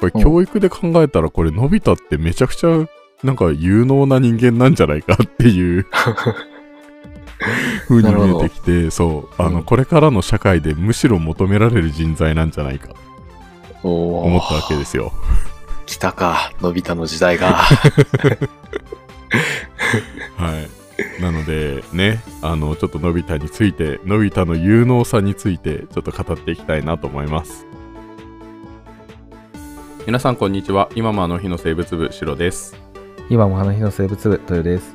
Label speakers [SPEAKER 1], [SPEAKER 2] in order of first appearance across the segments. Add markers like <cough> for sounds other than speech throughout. [SPEAKER 1] ぱり教育で考えたらこれのび太ってめちゃくちゃなんか有能な人間なんじゃないかっていう風に見えてきてそうあの、
[SPEAKER 2] うん
[SPEAKER 1] これからの社会でむしろ求められる人材なんじゃないかと
[SPEAKER 2] お
[SPEAKER 1] 思
[SPEAKER 2] ー
[SPEAKER 1] ったわけですよ。
[SPEAKER 2] 来たか、のび太の時代が。
[SPEAKER 1] はい、なのでねあのちょっとのび太についてのび太の有能さについてちょっと語っていきたいなと思います皆さんこんにちは今もあの日の生物部シロです
[SPEAKER 3] <laughs> 今も花火の生物部豊です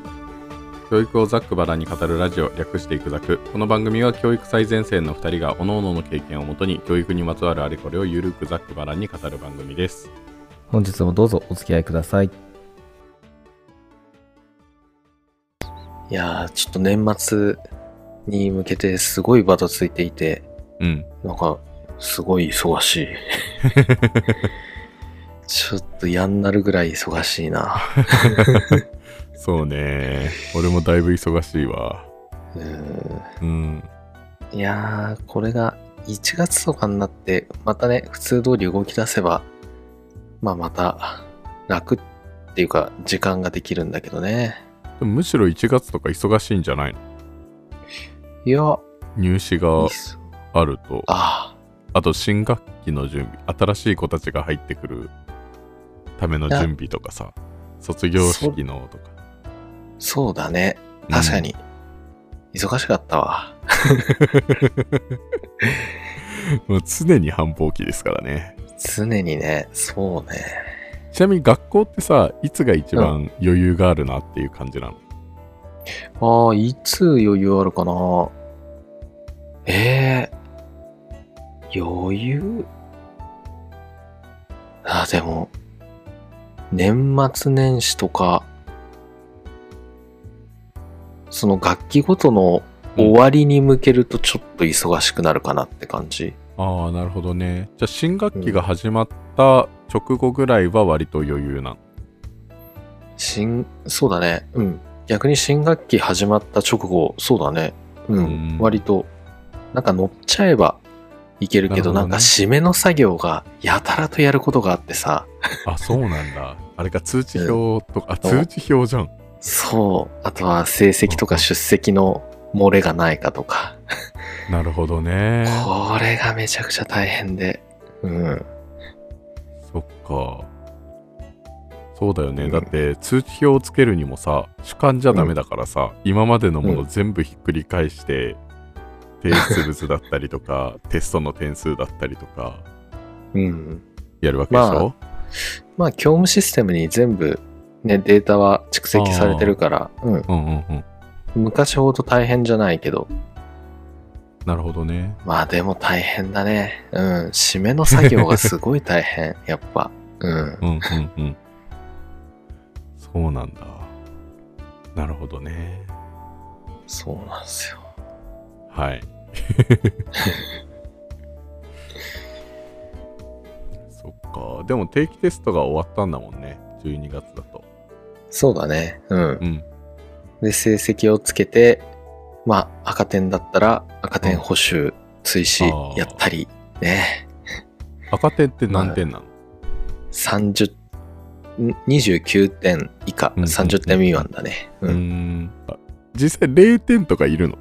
[SPEAKER 1] 教育をざっくばらんに語るラジオ略していくざくこの番組は教育最前線の2人が各々の経験をもとに教育にまつわるあれこれをゆるくざっくばらんに語る番組です
[SPEAKER 3] 本日もどうぞお付き合いください
[SPEAKER 2] いやー、ちょっと年末に向けてすごいバタついていて、
[SPEAKER 1] うん
[SPEAKER 2] なんか、すごい忙しい。
[SPEAKER 3] <laughs>
[SPEAKER 2] ちょっと嫌になるぐらい忙しいな。
[SPEAKER 1] そうね俺もだいぶ忙しいわ
[SPEAKER 2] うー
[SPEAKER 1] うん
[SPEAKER 2] んいやー、これが1月とかになって、またね、普通通り動き出せば、まあまた楽っていうか、時間ができるんだけどね。
[SPEAKER 1] でもむしろ1月とか忙しいんじゃないの
[SPEAKER 2] いや、
[SPEAKER 1] 入試
[SPEAKER 2] いい
[SPEAKER 1] が
[SPEAKER 2] っす
[SPEAKER 1] あると
[SPEAKER 2] あ
[SPEAKER 1] あと新学期の準備、新しい子たちが入ってくるための準備とかさ、卒業式のとか。
[SPEAKER 2] ー、そうだね。確かに。忙しかったわ。
[SPEAKER 1] うん。も <laughs> う常に繁忙期ですからね。
[SPEAKER 2] 常にね、そうね。
[SPEAKER 1] ちなみに学校ってさ、いつが一番余裕があるなっていう感じなの、
[SPEAKER 2] ああ、いつ余裕あるかなええ余裕あー、でも、年末年始とか、その楽器ごとの終わりに向けるとちょっと忙しくなるかなって感じ。
[SPEAKER 1] ああ、なるほどね。じゃあ新学期が始まった直後ぐらいは割と余裕なの。
[SPEAKER 2] 新、そうだね。うん。逆に新学期始まった直後、そうだね。う
[SPEAKER 1] う
[SPEAKER 2] ん。
[SPEAKER 1] ん
[SPEAKER 2] 割と、なんか乗っちゃえばいけるけ
[SPEAKER 1] なる
[SPEAKER 2] ど、な
[SPEAKER 1] ほどね
[SPEAKER 2] んか締めの作業がやたらとやることがあってさ、
[SPEAKER 1] あ、そうなんだ。あれか、通知表とか、あ、通知表じゃん。
[SPEAKER 2] そう、あとは成績とか出席の漏れがないかとか、
[SPEAKER 1] なるほどね。
[SPEAKER 2] これがめちゃくちゃ大変で、うん。
[SPEAKER 1] そっか。そうだよね。
[SPEAKER 2] うん
[SPEAKER 1] だって通知表をつけるにもさ、主観じゃダメだからさ、今までのもの全部ひっくり返して、提出物だったりとか、 <laughs> テストの点数だったりとか、
[SPEAKER 2] うん。
[SPEAKER 1] やるわけでしょ、
[SPEAKER 2] まあ、教務システムに全部、ね、データは蓄積されてるから、うん。
[SPEAKER 1] うんうんうん。
[SPEAKER 2] 昔ほど大変じゃないけど、
[SPEAKER 1] なるほどね。
[SPEAKER 2] まあでも大変だね。うん。締めの作業がすごい大
[SPEAKER 1] <laughs>
[SPEAKER 2] 変。やっぱ。うん
[SPEAKER 1] う。んうんうん。そうなんだ。なるほどね。
[SPEAKER 2] そうなんですよ。
[SPEAKER 1] はい。 <laughs> そっか。でも定期テストが終わったんだもんね。12月だと。
[SPEAKER 2] そうだね。うん
[SPEAKER 1] う。ん。
[SPEAKER 2] で、成績をつけて、まあ赤点だったら赤点補修、追試
[SPEAKER 1] あー
[SPEAKER 2] やったり、ね。
[SPEAKER 1] 赤点って何点なの、
[SPEAKER 2] 30、ん29点以下、
[SPEAKER 1] うん
[SPEAKER 2] 30点未満だね。う
[SPEAKER 1] うー
[SPEAKER 2] ん。
[SPEAKER 1] んあ実際0点とかいるの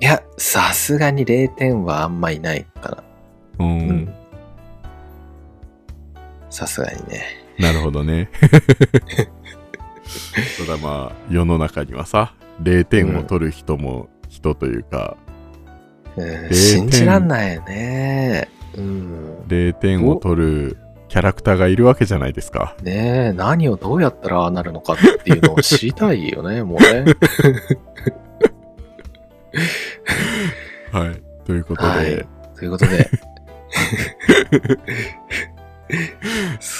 [SPEAKER 2] いや、さすがに0点はあんまいないか
[SPEAKER 1] うー
[SPEAKER 2] な。
[SPEAKER 1] ん
[SPEAKER 2] うん。さすがにね。
[SPEAKER 1] なるほど <laughs> ねただまあ世の中にはさ0点を取る人も人というか、
[SPEAKER 2] うん、
[SPEAKER 1] 点
[SPEAKER 2] 信じらんないよね。うん。
[SPEAKER 1] 0点を取るキャラクターがいるわけじゃないですか
[SPEAKER 2] ねえ、何をどうやったらああなるのかっていうのを知りたいよ
[SPEAKER 1] <laughs>
[SPEAKER 2] ね、もうね。
[SPEAKER 1] はいということで、
[SPEAKER 2] はいということで、
[SPEAKER 1] はい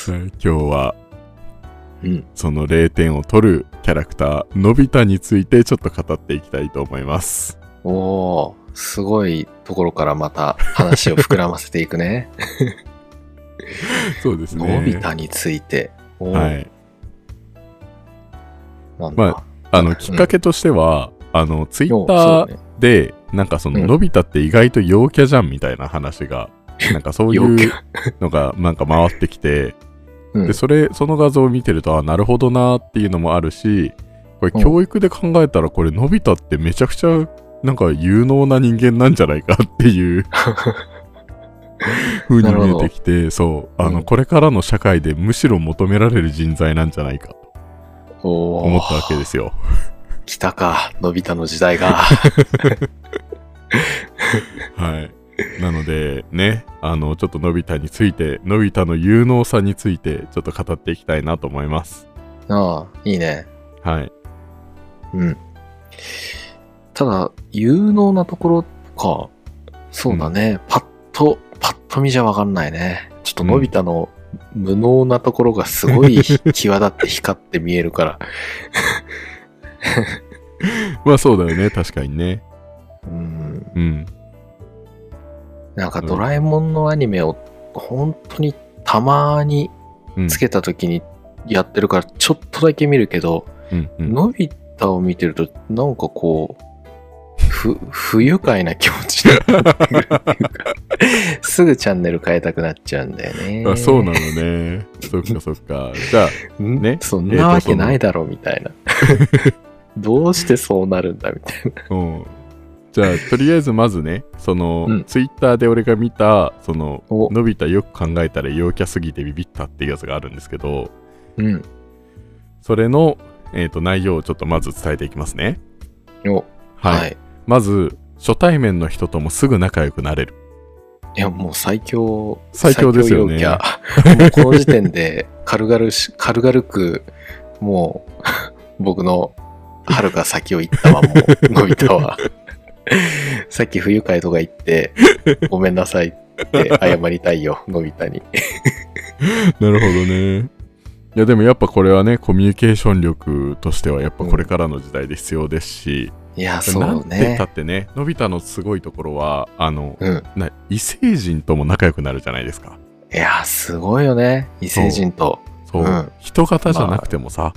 [SPEAKER 1] 今日は
[SPEAKER 2] うん、
[SPEAKER 1] その0点を取るキャラクターのび太についてちょっと語っていきたいと思います
[SPEAKER 2] おおーすごいところからまた話を膨らませていくね。
[SPEAKER 1] そうです <laughs> ね
[SPEAKER 2] のび太について。おー
[SPEAKER 1] はい
[SPEAKER 2] なん
[SPEAKER 1] まあ
[SPEAKER 2] だ。
[SPEAKER 1] あのきっかけとしては、あのツイッ
[SPEAKER 2] よう
[SPEAKER 1] タ
[SPEAKER 2] そ
[SPEAKER 1] ー
[SPEAKER 2] うね
[SPEAKER 1] で、なんかその、
[SPEAKER 2] うん
[SPEAKER 1] のび太って意外と陽キャじゃんみたいな話がなんかそうい
[SPEAKER 2] 要求
[SPEAKER 1] う。のがなんか回ってきて、
[SPEAKER 2] うん
[SPEAKER 1] でそれその画像を見てるとあなるほどなっていうのもあるしこれ
[SPEAKER 3] うん
[SPEAKER 1] 教育で考えたらこれのび太ってめちゃくちゃなんか有能な人間なんじゃないかって
[SPEAKER 2] <laughs>
[SPEAKER 1] いう風に
[SPEAKER 2] なるほ
[SPEAKER 1] 見
[SPEAKER 2] ど
[SPEAKER 1] えてきてそうあの、
[SPEAKER 2] うん
[SPEAKER 1] これからの社会でむしろ求められる人材なんじゃないかと
[SPEAKER 2] お
[SPEAKER 1] 思
[SPEAKER 2] お
[SPEAKER 1] ったわけですよ。
[SPEAKER 2] 来たか、のび太の時
[SPEAKER 1] <laughs>
[SPEAKER 2] 代が。
[SPEAKER 1] はい。なのでね、あの、ちょっとのび太について、のび太の有能さについて、ちょっと語っていきたいなと思います。
[SPEAKER 2] ああ、いいね。
[SPEAKER 1] はい。
[SPEAKER 2] うん。ただ、有能なところか。そうだね。パッと、パッと見じゃわかんないね。ちょっとのび太の無能なところがすごい <laughs> 際立って光って見えるから。
[SPEAKER 1] まあそうだよね、確かにね。
[SPEAKER 2] うん。
[SPEAKER 1] うん。
[SPEAKER 2] なんかドラえもんのアニメを本当にたまに
[SPEAKER 1] うん、
[SPEAKER 2] つけた時にやってるからちょっとだけ見るけど、
[SPEAKER 1] うんうん
[SPEAKER 2] のび太を見てると、なんかこう、ふ、不愉快な気持ちになるっていう
[SPEAKER 1] <laughs>
[SPEAKER 2] かすぐチャンネル変えたくなっちゃうんだよね。
[SPEAKER 1] あそうなの
[SPEAKER 2] <laughs>
[SPEAKER 1] ね。そっかそっか。じゃあ、
[SPEAKER 2] ん
[SPEAKER 1] ね
[SPEAKER 2] そん
[SPEAKER 1] えー
[SPEAKER 2] な
[SPEAKER 1] と
[SPEAKER 2] わけないだろ、みたい
[SPEAKER 1] <laughs>
[SPEAKER 2] な。どうしてそうなるんだ、みたいな。
[SPEAKER 1] うん。じゃあ、とりあえずまずね、その、
[SPEAKER 2] うん
[SPEAKER 1] ツイッターで俺が見た、その、
[SPEAKER 2] お、
[SPEAKER 1] のび太よく考えたら陽キャすぎてビビったっていうやつがあるんですけど、
[SPEAKER 2] うん。
[SPEAKER 1] それの、えっ、と、内容をちょっとまず伝えていきますね。
[SPEAKER 2] お、
[SPEAKER 1] はい
[SPEAKER 2] は。い。
[SPEAKER 1] まず初対面の人ともすぐ仲良くなれる。
[SPEAKER 2] いや、もう最強、
[SPEAKER 1] 最強ですよね
[SPEAKER 2] 最
[SPEAKER 1] <laughs>
[SPEAKER 2] 強陽キャもうこの時点で、軽々し、軽々く、もう、僕の、はるか先を行ったわ、もう、のび太は。
[SPEAKER 1] <laughs>
[SPEAKER 2] さっき不愉快とか言って、ごめんなさいって謝りたいよ、のび太に。
[SPEAKER 1] <laughs> なるほどね。いやでもやっぱこれはねコミュニケーション力としてはやっぱこれからの時代で必要ですし、
[SPEAKER 2] いや、そ
[SPEAKER 1] なん
[SPEAKER 2] う
[SPEAKER 1] て言っ
[SPEAKER 2] ね
[SPEAKER 1] た。ってねのび太のすごいところはあの
[SPEAKER 2] うん。
[SPEAKER 1] な異星人とも仲良くなるじゃないですか。
[SPEAKER 2] いや、すごいよね、異星人と。
[SPEAKER 1] そう、
[SPEAKER 2] うん
[SPEAKER 1] 人型じゃなくてもさ、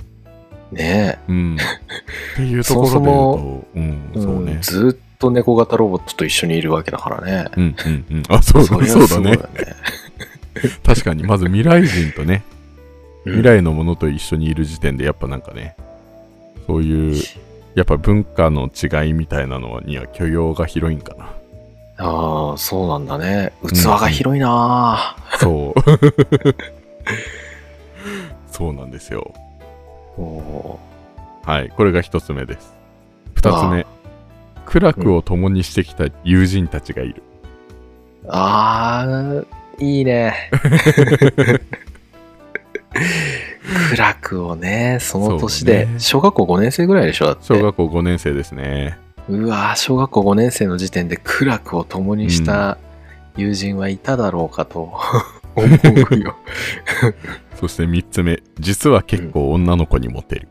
[SPEAKER 2] ね <laughs>
[SPEAKER 1] うん、っていうところで言うと
[SPEAKER 2] そも
[SPEAKER 1] うん
[SPEAKER 2] え。
[SPEAKER 1] そうね
[SPEAKER 2] ん、ずーっと猫型ロボットと一緒にいるわけだからね。
[SPEAKER 1] うんうんうんあそう
[SPEAKER 2] そ
[SPEAKER 1] だ
[SPEAKER 2] れは
[SPEAKER 1] そう
[SPEAKER 2] す
[SPEAKER 1] だ
[SPEAKER 2] ごい
[SPEAKER 1] ね
[SPEAKER 2] よね。
[SPEAKER 1] 確かにまず未来人とね
[SPEAKER 2] うん
[SPEAKER 1] 未来のものと一緒にいる時点でやっぱなんかねそういうやっぱ文化の違いみたいなのには許容が広いんかな
[SPEAKER 2] ああ、そうなんだね。器が広いなあ、 <laughs>
[SPEAKER 1] そうそうなんですよ
[SPEAKER 2] お
[SPEAKER 1] はいこれが一つ目です二つ目
[SPEAKER 2] あ
[SPEAKER 1] 苦楽を共にしてきた友人たちがいる、
[SPEAKER 2] ーあー、いいね。
[SPEAKER 1] <laughs>
[SPEAKER 2] 苦楽をね、その年で、
[SPEAKER 1] そうね
[SPEAKER 2] 小学校5年生ぐらいでしょだって。
[SPEAKER 1] 小学校5年生ですね
[SPEAKER 2] うわー小学校5年生の時点で苦楽を共にした友人はいただろう
[SPEAKER 1] <laughs>
[SPEAKER 2] かと思うよ。 <laughs>
[SPEAKER 1] そして三つ目実は結構女の子にモテる、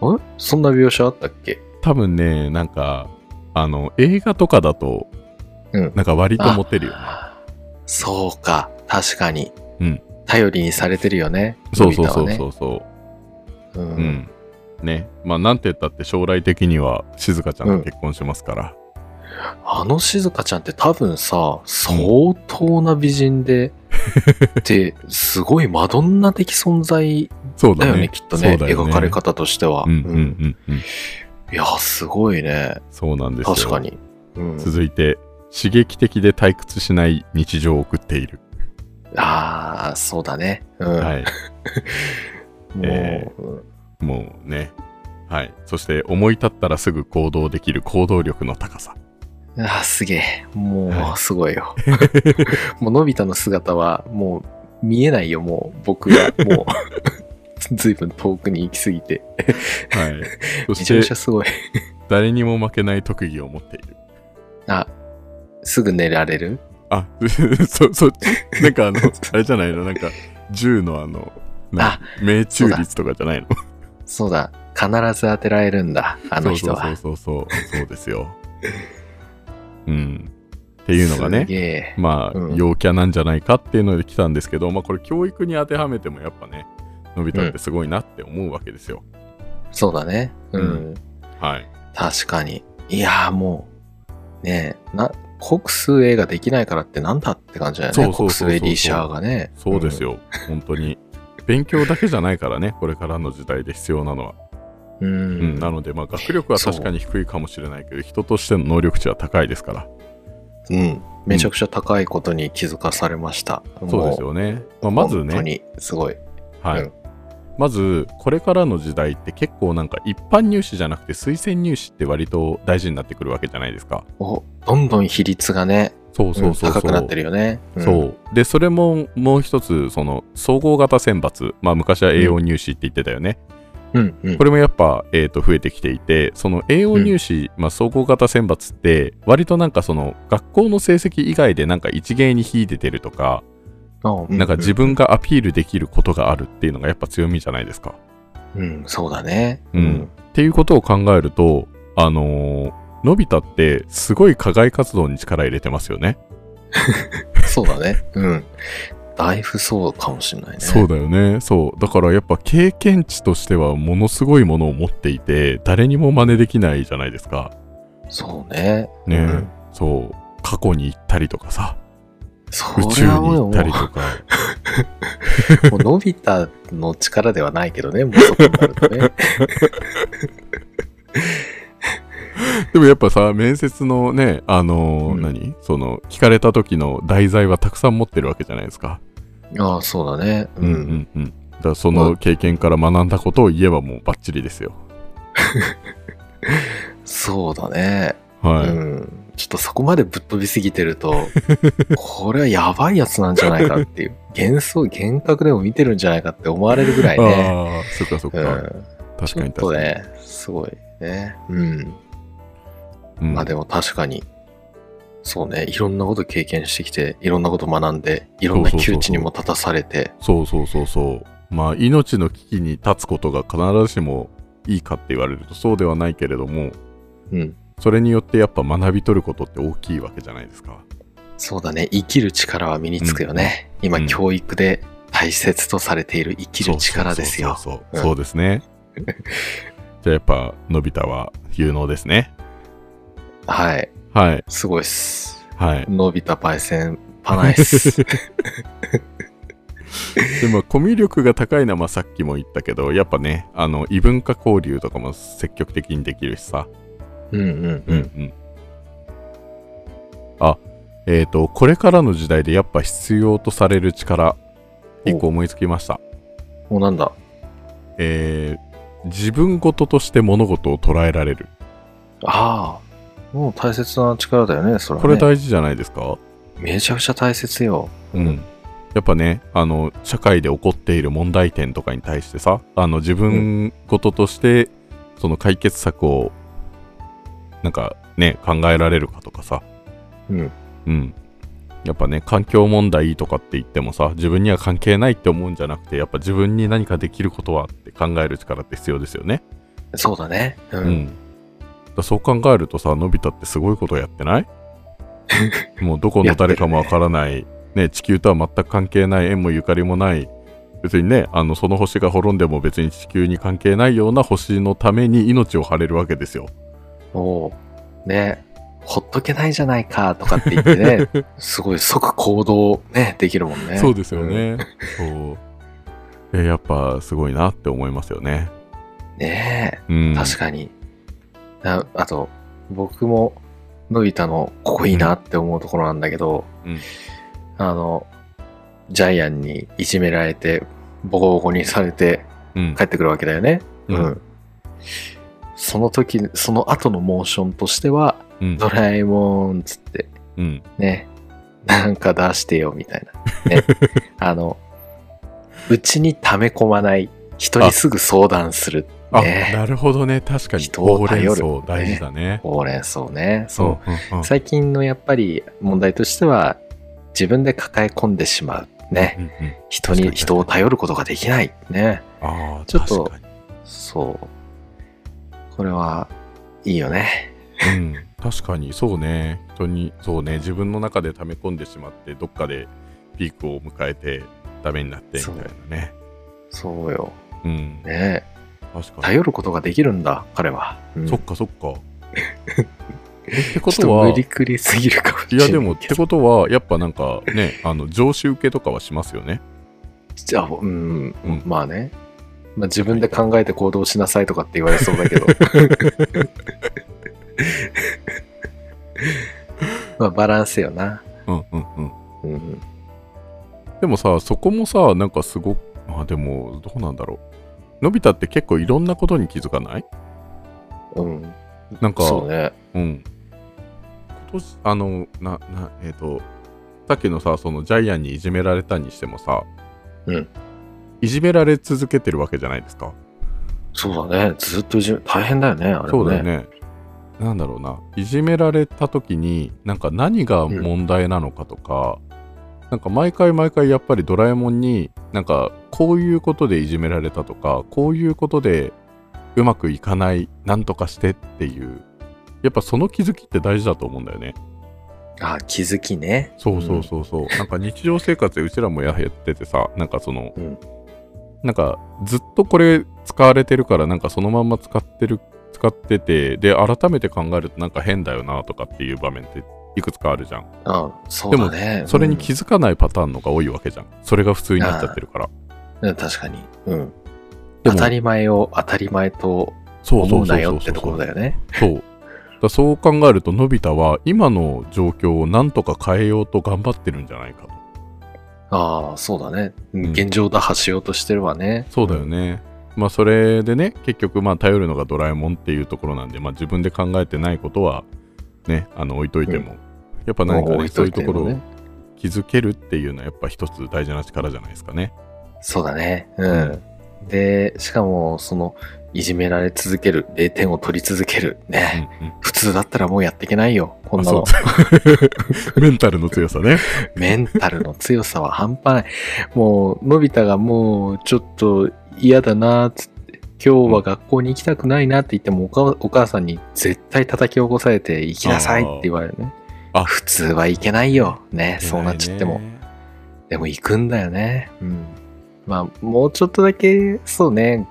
[SPEAKER 2] えそんな描写あったっけ
[SPEAKER 1] 多分ねなんかあの映画とかだと、
[SPEAKER 2] うん
[SPEAKER 1] なんか割とモテるよね
[SPEAKER 2] そうか、確かに。
[SPEAKER 1] うん
[SPEAKER 2] 頼りにされてるよね。
[SPEAKER 1] そうそうそう
[SPEAKER 2] のび太
[SPEAKER 1] そ
[SPEAKER 2] はね
[SPEAKER 1] うそうう。
[SPEAKER 2] ん
[SPEAKER 1] うん。ね。まあ、なんて言ったって将来的には静香ちゃんと結婚しますから。
[SPEAKER 2] あの静香ちゃんって多分さ、相当な美人で、で、すごいマドンナ的存在
[SPEAKER 1] そう
[SPEAKER 2] だ
[SPEAKER 1] だ
[SPEAKER 2] よ
[SPEAKER 1] ね。
[SPEAKER 2] ね、きっとね
[SPEAKER 1] そうだよ
[SPEAKER 2] 描かれ。方としては。
[SPEAKER 1] うんうん
[SPEAKER 2] うん
[SPEAKER 1] うんうん。
[SPEAKER 2] いや、すごいね。
[SPEAKER 1] そうなんですよ。
[SPEAKER 2] 確か。に。うん、
[SPEAKER 1] 続いて、刺激的で退屈しない日常を送っている。
[SPEAKER 2] ああ、そうだね。うん。
[SPEAKER 1] はい。
[SPEAKER 2] もう、
[SPEAKER 1] えもうね。はい。そして、思い立ったらすぐ行動できる行動力の高さ。
[SPEAKER 2] うんああ、すげえ。もう、
[SPEAKER 1] は
[SPEAKER 2] すごい
[SPEAKER 1] <laughs>
[SPEAKER 2] よ。もう、のび太の姿は、もう、見えないよ、もう、僕
[SPEAKER 1] <laughs>
[SPEAKER 2] が、もう、ずいぶん遠くに行き過ぎて。
[SPEAKER 1] はい。
[SPEAKER 2] <laughs>
[SPEAKER 1] そ
[SPEAKER 2] めちゃめ
[SPEAKER 1] し
[SPEAKER 2] ちゃ
[SPEAKER 1] て、
[SPEAKER 2] すごい。
[SPEAKER 1] 誰にも負けない特技を持っている。
[SPEAKER 2] あ、すぐ寝られる
[SPEAKER 1] あ、 <laughs> そ、そっち、なんか
[SPEAKER 2] <laughs>
[SPEAKER 1] あの、あれじゃないの、なんか、銃のあの、な命中率とかじゃないの。
[SPEAKER 2] そうだ、必ず当てられるんだ、あの人は。
[SPEAKER 1] そうそうそうそう、そうですよ。うん。っていうのが
[SPEAKER 2] す
[SPEAKER 1] ね、
[SPEAKER 2] げえ。
[SPEAKER 1] まあ、
[SPEAKER 2] うん
[SPEAKER 1] 陽キャなんじゃないかっていうので来たんですけど、まあ、これ、教育に当てはめても、やっぱね、のび太ってすごいなって思うわけですよ。
[SPEAKER 2] そうだね。うん。
[SPEAKER 1] はい。
[SPEAKER 2] 確かに。いやーもう、ねえ、な、国数 A ができないからってなんだって感じだよね。
[SPEAKER 1] そうそうそうそう
[SPEAKER 2] 国数 A リーシャーがね。
[SPEAKER 1] そうですよ、本当に。勉強だけじゃないからね、これからの時代で必要なのは。
[SPEAKER 2] うん。う
[SPEAKER 1] うん
[SPEAKER 2] ん。
[SPEAKER 1] なので、まあ、学力は確かに低いかもしれないけど、人としての能力値は高いですから。
[SPEAKER 2] うんめちゃくちゃ高いことに気づかされました。
[SPEAKER 1] そうです
[SPEAKER 2] も
[SPEAKER 1] よね。まあ、まず
[SPEAKER 2] 本当
[SPEAKER 1] ね、
[SPEAKER 2] にすごい。
[SPEAKER 1] は
[SPEAKER 2] う
[SPEAKER 1] い
[SPEAKER 2] ん、
[SPEAKER 1] まず、これからの時代って結構なんか一般入試じゃなくて推薦入試って割と大事になってくるわけじゃないですか。
[SPEAKER 2] おどんどん比率がね、
[SPEAKER 1] そうそうそうそう。
[SPEAKER 2] うん高くなってるよね。ん
[SPEAKER 1] そうでそれももう一つその総合型選抜、まあ、昔は A4 入試って言ってたよね、
[SPEAKER 2] うんうん
[SPEAKER 1] これもやっぱ、えー、と増えてきていてその A4 入試、まあ、総合型選抜って割となんかその学校の成績以外でなんか一芸に秀でてるとか、
[SPEAKER 2] あう
[SPEAKER 1] なんか自分がアピールできることがあるっていうのがやっぱ強みじゃないですか。
[SPEAKER 2] うん、そうだね。
[SPEAKER 1] うんっていうことを考えるとあのーのび太ってすごい課外活動に力入れてますよね。
[SPEAKER 2] そうだね。うん。だいぶそうかもしれないね。
[SPEAKER 1] そうだよねそうだからやっぱ経験値としてはものすごいものを持っていて誰にも真似できないじゃないですか
[SPEAKER 2] そうね。
[SPEAKER 1] ね、
[SPEAKER 2] うん
[SPEAKER 1] そう過去に行ったりとかさ
[SPEAKER 2] そ
[SPEAKER 1] 宇宙
[SPEAKER 2] れ
[SPEAKER 1] に
[SPEAKER 2] はもう
[SPEAKER 1] 行ったりとか <laughs>
[SPEAKER 2] もうのび太の力ではないけどね、もうそこになる
[SPEAKER 1] <laughs>
[SPEAKER 2] とね。
[SPEAKER 1] でもやっぱさ面接のねあのー
[SPEAKER 2] うん
[SPEAKER 1] 何その聞かれた時の題材はたくさん持ってるわけじゃないですか
[SPEAKER 2] ああ、そうだね。う。
[SPEAKER 1] うんんうんうんだからその経験から学んだことを言えばもうバッチリですよ
[SPEAKER 2] そうだね。
[SPEAKER 1] はい、
[SPEAKER 2] うん。ちょっとそこまでぶっ飛びすぎて
[SPEAKER 1] <laughs>
[SPEAKER 2] ると、これはやばいやつなんじゃないかっていう。幻想、幻覚でも見てるんじゃないかって思われるぐらいね。
[SPEAKER 1] <laughs> ああそっかそっ
[SPEAKER 2] う
[SPEAKER 1] か、
[SPEAKER 2] ん。
[SPEAKER 1] 確
[SPEAKER 2] ち
[SPEAKER 1] か
[SPEAKER 2] ょっ
[SPEAKER 1] に確
[SPEAKER 2] と
[SPEAKER 1] かに、
[SPEAKER 2] ね、すごいね。うん。
[SPEAKER 1] うん
[SPEAKER 2] まあでも確かに、そうね、いろんなこと経験してきて、いろんなこと学んで、いろんな
[SPEAKER 1] そうそうそうそ
[SPEAKER 2] 窮
[SPEAKER 1] う
[SPEAKER 2] 地にも立たされて、
[SPEAKER 1] そうそうそうそう。まあ命の危機に立つことが必ずしもいいかって言われるとそうではないけれども
[SPEAKER 2] うん。
[SPEAKER 1] それによってやっぱ学び取ることって大きいわけじゃないですか。
[SPEAKER 2] そうだね、生きる力は身につくよね。今、
[SPEAKER 1] うん
[SPEAKER 2] 教育で大切とされている生きる力ですよ。
[SPEAKER 1] そうそうそう
[SPEAKER 2] うん
[SPEAKER 1] そうそうですね。 <laughs> じゃあやっぱのび太は有能ですね。
[SPEAKER 2] はい、
[SPEAKER 1] はい
[SPEAKER 2] すごいっす。
[SPEAKER 1] はい。
[SPEAKER 2] 伸びたパイセン、パナイス。
[SPEAKER 1] <laughs> でもコミュ力が高いのはまあさっきも言ったけどやっぱねあの異文化交流とかも積極的にできるしさ。
[SPEAKER 2] うんうん
[SPEAKER 1] うう
[SPEAKER 2] うん。
[SPEAKER 1] んん。あえっ、とこれからの時代でやっぱ必要とされる力一個思いつきました。
[SPEAKER 2] もうなんだ。
[SPEAKER 1] えー自分事として物事を捉えられる。
[SPEAKER 2] ああ、もう大切な力だよね、それは、
[SPEAKER 1] こ
[SPEAKER 2] ね。
[SPEAKER 1] れ大事じゃないですか、
[SPEAKER 2] めちゃくちゃ大切よ。
[SPEAKER 1] うん。やっぱね、あの、社会で起こっている問題点とかに対してさ、あの、自分事として、その解決策を、なんかね、考えられるかとかさ、
[SPEAKER 2] うん。
[SPEAKER 1] うん。やっぱね、環境問題とかって言ってもさ、自分には関係ないって思うんじゃなくて、やっぱ自分に何かできることはって考える力って必要ですよね。
[SPEAKER 2] そうだね。う。
[SPEAKER 1] うんん。だからそう考えるとさ、のび太ってすごいことやって <laughs> ないもうどこの誰かもわからない、ね、地球とは全く関係ない、縁もゆかりもない、別にね、あのその星が滅んでも別に地球に関係ないような星のために命を張れるわけですよ。
[SPEAKER 2] おうねほっとけないじゃないかとかって言ってね
[SPEAKER 1] <laughs>
[SPEAKER 2] すごい即行動ねできるもんね
[SPEAKER 1] そうですよ、ね。そうえやっぱすごいなって思いますよね。
[SPEAKER 2] うんね
[SPEAKER 1] うん、
[SPEAKER 2] え確かに、ああと僕ものび太のここいいなって思うところなんだけど、
[SPEAKER 1] うん
[SPEAKER 2] あのジャイアンにいじめられてボコボコにされて
[SPEAKER 1] うん
[SPEAKER 2] 帰ってくるわけだよね
[SPEAKER 1] うん
[SPEAKER 2] その時その後のモーションとしては
[SPEAKER 1] うん
[SPEAKER 2] 「ドラえもん」っつって
[SPEAKER 1] うん
[SPEAKER 2] ね、なんか出してよみたいな。
[SPEAKER 1] <laughs>
[SPEAKER 2] ね、あの、うちに溜め込まない、人にすぐ相談する。
[SPEAKER 1] あ
[SPEAKER 2] ね、
[SPEAKER 1] なるほどね確かに
[SPEAKER 2] 人を頼る
[SPEAKER 1] ほうれん草大事だね。
[SPEAKER 2] ほうれん草ね。
[SPEAKER 1] そ、
[SPEAKER 2] そう
[SPEAKER 1] うんうん
[SPEAKER 2] う。最近のやっぱり問題としては、自分で抱え込んでしまう。ね。
[SPEAKER 1] うんうん
[SPEAKER 2] 人
[SPEAKER 1] 確か
[SPEAKER 2] に、
[SPEAKER 1] に
[SPEAKER 2] 人を頼ることができない。ね。
[SPEAKER 1] ああ
[SPEAKER 2] ちょっと
[SPEAKER 1] 確かに
[SPEAKER 2] そう。これは、いいよね。
[SPEAKER 1] うん、確かにそうね人にそうね自分の中で溜め込んでしまってどっかでピークを迎えてダメになってみたいなね
[SPEAKER 2] そうよ。
[SPEAKER 1] うん
[SPEAKER 2] ね
[SPEAKER 1] 確かに
[SPEAKER 2] <laughs> 頼ることができるんだ、彼は。うん
[SPEAKER 1] そっかそっかってこ
[SPEAKER 2] ちょ
[SPEAKER 1] と
[SPEAKER 2] っと
[SPEAKER 1] は、
[SPEAKER 2] 無理くりすぎるかもし
[SPEAKER 1] い
[SPEAKER 2] れない
[SPEAKER 1] や
[SPEAKER 2] け
[SPEAKER 1] で
[SPEAKER 2] ど。
[SPEAKER 1] も、ってことは、やっぱなんかね、あの上司受けとかはしますよね。
[SPEAKER 2] じゃあ、うん、
[SPEAKER 1] うん
[SPEAKER 2] まあね。まあ、自分で考えて行動しなさいとかって言われそうだ
[SPEAKER 1] <laughs>
[SPEAKER 2] けど。まあ、バランスよな。
[SPEAKER 1] うんうんうん。
[SPEAKER 2] うん。
[SPEAKER 1] でもさ、そこもさ、なんかすごく、あ、でも、どうなんだろう。のび太って結構いろんなことに気づかない
[SPEAKER 2] うん。
[SPEAKER 1] なんか、
[SPEAKER 2] そうね。
[SPEAKER 1] うん。今年、あの、な、な、えっ、と、さっきのさ、そのジャイアンにいじめられたにしてもさ、
[SPEAKER 2] うん。
[SPEAKER 1] いじめられ続けてるわけじゃないですか。
[SPEAKER 2] そうだね。ずっとじゅ大変だよね、あれ、ね。
[SPEAKER 1] そうだよ。ね。なんだろうな、いじめられた時に、なんか何が問題なのかとか、なんか毎回毎回やっぱりドラえもんに、なんかこういうことでいじめられたとか、こういうことでうまくいかない、なんとかしてっていう、やっぱその気づきって大事だと思うんだよね。
[SPEAKER 2] あ、気づきね。
[SPEAKER 1] そうそうそうそう、なんか日常生活でうちらもやっててさなんかその、
[SPEAKER 2] うん
[SPEAKER 1] なんかずっとこれ使われてるからなんかそのまんま使ってる使っててで改めて考えるとなんか変だよなとかっていう場面っていくつかあるじゃん
[SPEAKER 2] あそうだね。
[SPEAKER 1] それに気づかないパターンのが多いわけじゃんそれが普通になっちゃってるから
[SPEAKER 2] うん、確かに。うん。
[SPEAKER 1] で
[SPEAKER 2] 当
[SPEAKER 1] も
[SPEAKER 2] たり前を当たり前と
[SPEAKER 1] そうそ
[SPEAKER 2] 思
[SPEAKER 1] う
[SPEAKER 2] う
[SPEAKER 1] そ
[SPEAKER 2] な
[SPEAKER 1] うそ
[SPEAKER 2] よ
[SPEAKER 1] う
[SPEAKER 2] ってところだよね。
[SPEAKER 1] そうだからそう考えるとのび太は今の状況をなんとか変えようと頑張ってるんじゃないかと
[SPEAKER 2] ああ、そうだね。うん
[SPEAKER 1] うん
[SPEAKER 2] 現状打破しようとしてるわね。
[SPEAKER 1] そうだよね。まあそれでね、結局まあ頼るのがドラえもんっていうところなんで、まあ自分で考えてないことはね、あの置いといても、やっぱ何か、
[SPEAKER 2] 置
[SPEAKER 1] ね、
[SPEAKER 2] い
[SPEAKER 1] そ
[SPEAKER 2] と
[SPEAKER 1] うい
[SPEAKER 2] いう
[SPEAKER 1] と
[SPEAKER 2] て
[SPEAKER 1] ころ
[SPEAKER 2] も
[SPEAKER 1] を
[SPEAKER 2] ね。
[SPEAKER 1] 気づけるっていうのはやっぱ一つ大事な力じゃないですかね。
[SPEAKER 2] そうだね。うん。で、しかも、その、いじめられ続ける、0点を取り続ける。
[SPEAKER 1] う
[SPEAKER 2] ね。
[SPEAKER 1] ん
[SPEAKER 2] 普通だったらもうやっていけないよ。こ
[SPEAKER 1] うんん、あ
[SPEAKER 2] な
[SPEAKER 1] そ
[SPEAKER 2] の。
[SPEAKER 1] う <laughs> メンタルの強さね。
[SPEAKER 2] <laughs> メンタルの強さは半端ない。もう、のび太がもう、ちょっと嫌だなっつって、今日は学校に行きたくないなって言っても、おかお母さんに絶対叩き起こされて、行きなさいって言われるね。
[SPEAKER 1] あーあ
[SPEAKER 2] 普通は行けないよ。ね、 <laughs> そうなっちゃっても。
[SPEAKER 1] ね。
[SPEAKER 2] でも行くんだよね。うん。まあ、もうちょっとだけ、そうね、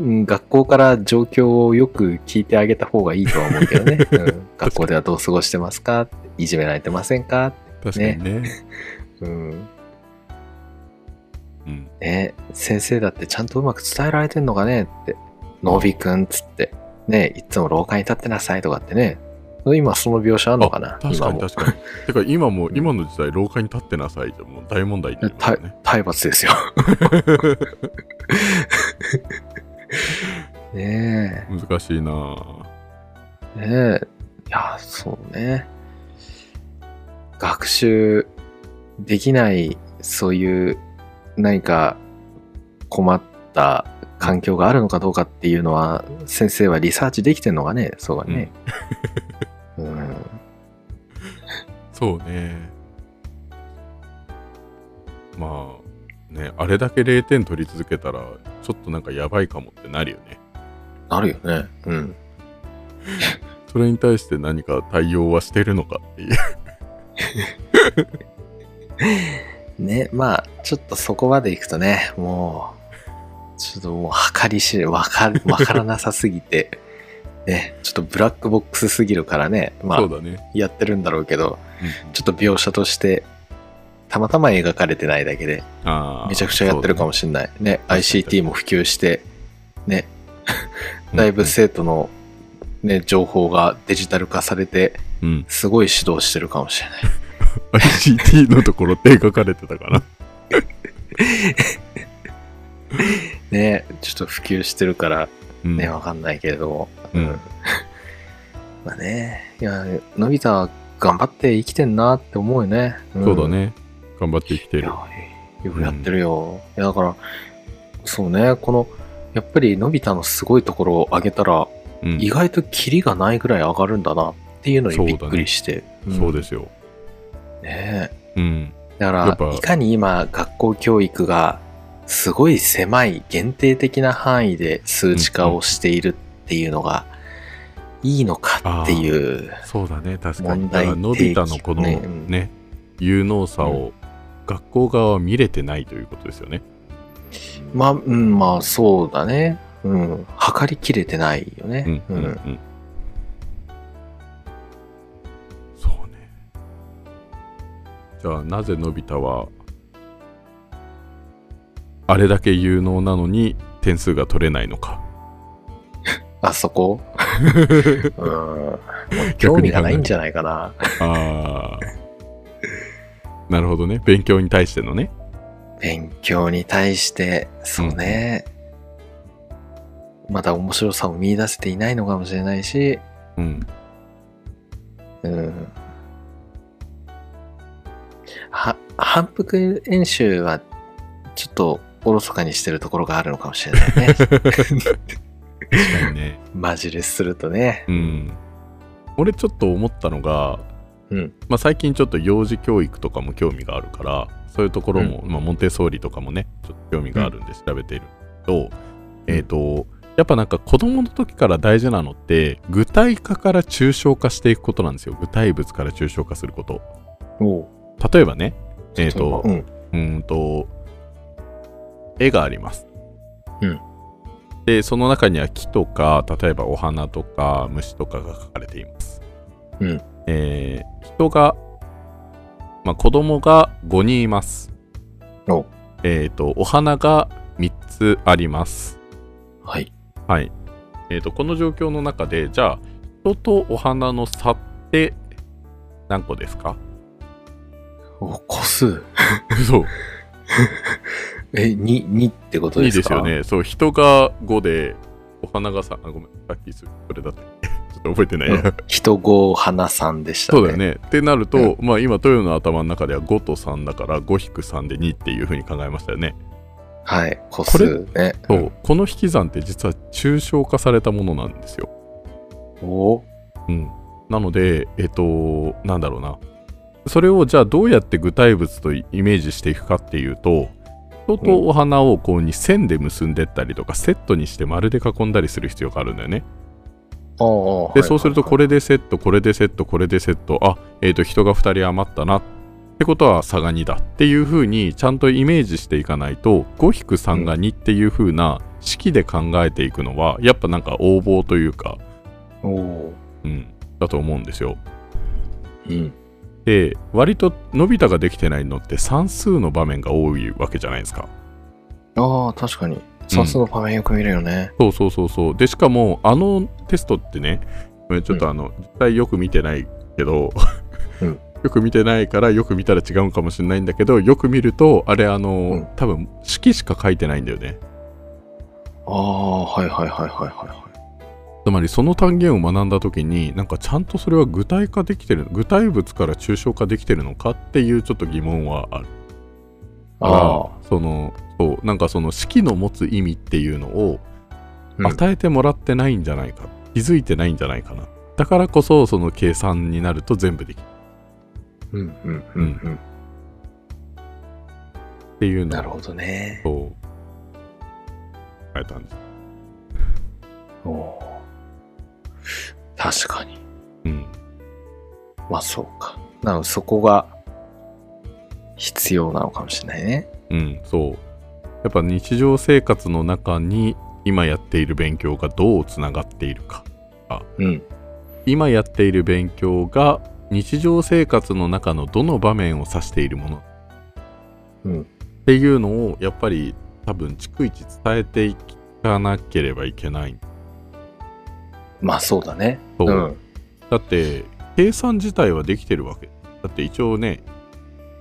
[SPEAKER 2] うん、学校から状況をよく聞いてあげた方がいいとは思うけど
[SPEAKER 1] <laughs>
[SPEAKER 2] ね。うん、学校ではどう過ごしてますかいじめられてませんか
[SPEAKER 1] 確かにね。
[SPEAKER 2] うん。
[SPEAKER 1] うん、
[SPEAKER 2] ね、先生だってちゃんとうまく伝えられてんのかねって。のびくんっつって。ね、いつも廊下に立ってなさいとかってね。今その描写あんのかな
[SPEAKER 1] 確か
[SPEAKER 2] 今
[SPEAKER 1] に
[SPEAKER 2] も。
[SPEAKER 1] 確かに。てか今も、
[SPEAKER 2] うん
[SPEAKER 1] 今の時代、廊下に立ってなさいじゃもう大問題になるか
[SPEAKER 2] た
[SPEAKER 1] らね。
[SPEAKER 2] 体罰ですよ。 <laughs> ねえ。
[SPEAKER 1] 難しいなぁ
[SPEAKER 2] ねえ。いや、そうね。学習できない、そういう何か困った環境があるのかどうかっていうのは、先生はリサーチできてんのがね、そうだね。うん。
[SPEAKER 1] そうね。まあ、ね、あれだけ0点取り続けたら、ちょっとなんかやばいかもってなるよね。
[SPEAKER 2] なるよね。うん。
[SPEAKER 1] それに対して何か対応はしてるのかっていう。
[SPEAKER 2] ね、まあ、ちょっとそこまで行くとね、もう、ちょっともう計り知れ、わか、わからなさすぎ <laughs> て、ね、ちょっとブラックボックスすぎるからね、まあ
[SPEAKER 1] そう、だね。
[SPEAKER 2] やってるんだろうけど、
[SPEAKER 1] うん
[SPEAKER 2] ちょっと描写として、たまたま描かれてないだけで、
[SPEAKER 1] あー
[SPEAKER 2] めちゃくちゃやってるかもしれない。ね、ICT も普及して、ね、
[SPEAKER 1] そうね
[SPEAKER 2] だいぶ生徒の、ね、情報がデジタル化されて、
[SPEAKER 1] うんうん。
[SPEAKER 2] すごい指導してるかもしれない。
[SPEAKER 1] ICT のところって描かれてたかな。
[SPEAKER 2] ね、ちょっと普及してるから、
[SPEAKER 1] うん
[SPEAKER 2] ね、わかんないけれども。
[SPEAKER 1] うん
[SPEAKER 2] <laughs> まあね、いや、のび太は頑張って生きてんなって思うよね。ん
[SPEAKER 1] そうだね。頑張って生きて
[SPEAKER 2] い
[SPEAKER 1] る
[SPEAKER 2] や。よくやってるよ、いやだからそうねこのやっぱりのび太のすごいところを上げたら、
[SPEAKER 1] うん
[SPEAKER 2] 意外とキリがないぐらい上がるんだなっていうのにびっくりして
[SPEAKER 1] そうですすよ。
[SPEAKER 2] ね
[SPEAKER 1] うん。
[SPEAKER 2] えだ
[SPEAKER 1] やっ
[SPEAKER 2] か
[SPEAKER 1] ぱ
[SPEAKER 2] らいかに今学校教育がすごい狭い限定的な範囲で数値化をしているっていうのがいいのかっていう、
[SPEAKER 1] そうだね。確かに。
[SPEAKER 2] 問
[SPEAKER 1] だ
[SPEAKER 2] 題
[SPEAKER 1] から、のび太のこの
[SPEAKER 2] 提起ねうん
[SPEAKER 1] ね、有能さを学校側は見れてないということですよね。
[SPEAKER 2] まあうんまあそうだねうん測りきれてないよね
[SPEAKER 1] うんうんうんじゃあなぜのび太はあれだけ有能なのに点数が取れないの
[SPEAKER 2] <laughs>
[SPEAKER 1] か
[SPEAKER 2] あそ
[SPEAKER 1] <laughs>
[SPEAKER 2] こうんもう興味がないんじゃないかな。
[SPEAKER 1] ああなるほどね勉強に対してのね
[SPEAKER 2] 勉強に対して、そうね、まだ面白さを見出せていないのかもしれないし、
[SPEAKER 1] うん
[SPEAKER 2] うん。は、反復演習は、ちょっと、おろそかにしてるところがあるのかもし
[SPEAKER 1] <laughs>
[SPEAKER 2] れないね。
[SPEAKER 1] 確かにね
[SPEAKER 2] マジレスするとね。
[SPEAKER 1] うん俺ちょっと思ったのが
[SPEAKER 2] うん。
[SPEAKER 1] まあ、最近ちょっと幼児教育とかも興味があるからそういうところも、まあ、モンテッソーリとかもねちょっと興味があるんで調べているけど、えっ、とやっぱなんか子供の時から大事なのって具体化から抽象化していくことなんですよ具体物から抽象化すること
[SPEAKER 2] おう。
[SPEAKER 1] 例えばねえっ、と
[SPEAKER 2] うん。
[SPEAKER 1] うーんと絵があります、
[SPEAKER 2] うん
[SPEAKER 1] でその中には木とか例えばお花とか虫とかが描かれています、
[SPEAKER 2] うん
[SPEAKER 1] えー人が、まあ、子供が5人います
[SPEAKER 2] お
[SPEAKER 1] えっ、とお花が3つあります
[SPEAKER 2] はい。
[SPEAKER 1] はいえー、とこの状況の中でじゃあ人とお花の差って何個ですか <laughs>
[SPEAKER 2] お、個数。
[SPEAKER 1] そう
[SPEAKER 2] え、に、にってこと
[SPEAKER 1] い
[SPEAKER 2] で
[SPEAKER 1] い
[SPEAKER 2] す
[SPEAKER 1] です
[SPEAKER 2] か
[SPEAKER 1] よね。そう、人が5で、お花がさ、あ、ごめん、さっきそれだった。ち <laughs> ょっと覚えて <laughs> ないや。
[SPEAKER 2] うん人五花さんでしたね。
[SPEAKER 1] そうだよね。 <laughs> ってなると、まあ今、豊の頭の中では5と3だから、5-3で2っていうふうに考えましたよね。
[SPEAKER 2] はい。個数ね。
[SPEAKER 1] そう、この引き算って実は抽象化されたものなんですよ。
[SPEAKER 2] お
[SPEAKER 1] うん。なので、えっと、なんだろうな。それをじゃあどうやって具体物とイメージしていくかっていうと、人とお花をこうに線で結んでったりとか、セットにして丸で囲んだりする必要があるんだよね。
[SPEAKER 2] お
[SPEAKER 1] で、そうするとこ
[SPEAKER 2] れ。
[SPEAKER 1] れでセット、これでセット、これでセット、あ、えっ、と、人が2人余ったな。ってことは差が2だっていう風にちゃんとイメージしていかないと5-3が2っていう風な式で考えていくのはやっぱなんか横暴というか、
[SPEAKER 2] おお。
[SPEAKER 1] うん、だと思うんですよ。
[SPEAKER 2] うん。
[SPEAKER 1] で割とのび太ができてないのって算数の場面が多いわけじゃないですか。
[SPEAKER 2] ああ、確かに。算数の場面よく見るよね。
[SPEAKER 1] そうそうそうそう。でしかもあのテストってねごめんちょっとあの、実際よく見てないけど、
[SPEAKER 2] うん
[SPEAKER 1] <laughs> よく見てないからよく見たら違うんかもしれないんだけどよく見るとあれあの、
[SPEAKER 2] ん
[SPEAKER 1] 多分式しか書いてないんだよね。
[SPEAKER 2] ああ、はいはいはいはいはいはい。
[SPEAKER 1] つまりその単元を学んだ時になんかちゃんとそれは具体化できてる具体物から抽象化できてるのかっていうちょっと疑問はある。
[SPEAKER 2] ああ。
[SPEAKER 1] そのそうなんかその式の持つ意味っていうのを
[SPEAKER 2] うん
[SPEAKER 1] 与えてもらってないんじゃないか、気づいてないんじゃないかなだからこそその計算になると全部できる
[SPEAKER 2] うんうんうんうん。
[SPEAKER 1] っていうの
[SPEAKER 2] なるほどね。
[SPEAKER 1] を変えたんです、
[SPEAKER 2] おお。確かに。
[SPEAKER 1] うん、
[SPEAKER 2] まあそうか。なのでそこが必要なのかもしれないね。
[SPEAKER 1] うん、そうやっぱ日常生活の中に今やっている勉強がどうつながっているか
[SPEAKER 2] うん。
[SPEAKER 1] 今やっている勉強が日常生活の中のどの場面を指しているもの
[SPEAKER 2] うん。
[SPEAKER 1] っていうのをやっぱり多分逐一伝えていかなければいけない
[SPEAKER 2] まあそうだね。
[SPEAKER 1] そう
[SPEAKER 2] うん。
[SPEAKER 1] だって計算自体はできてるわけだって一応ね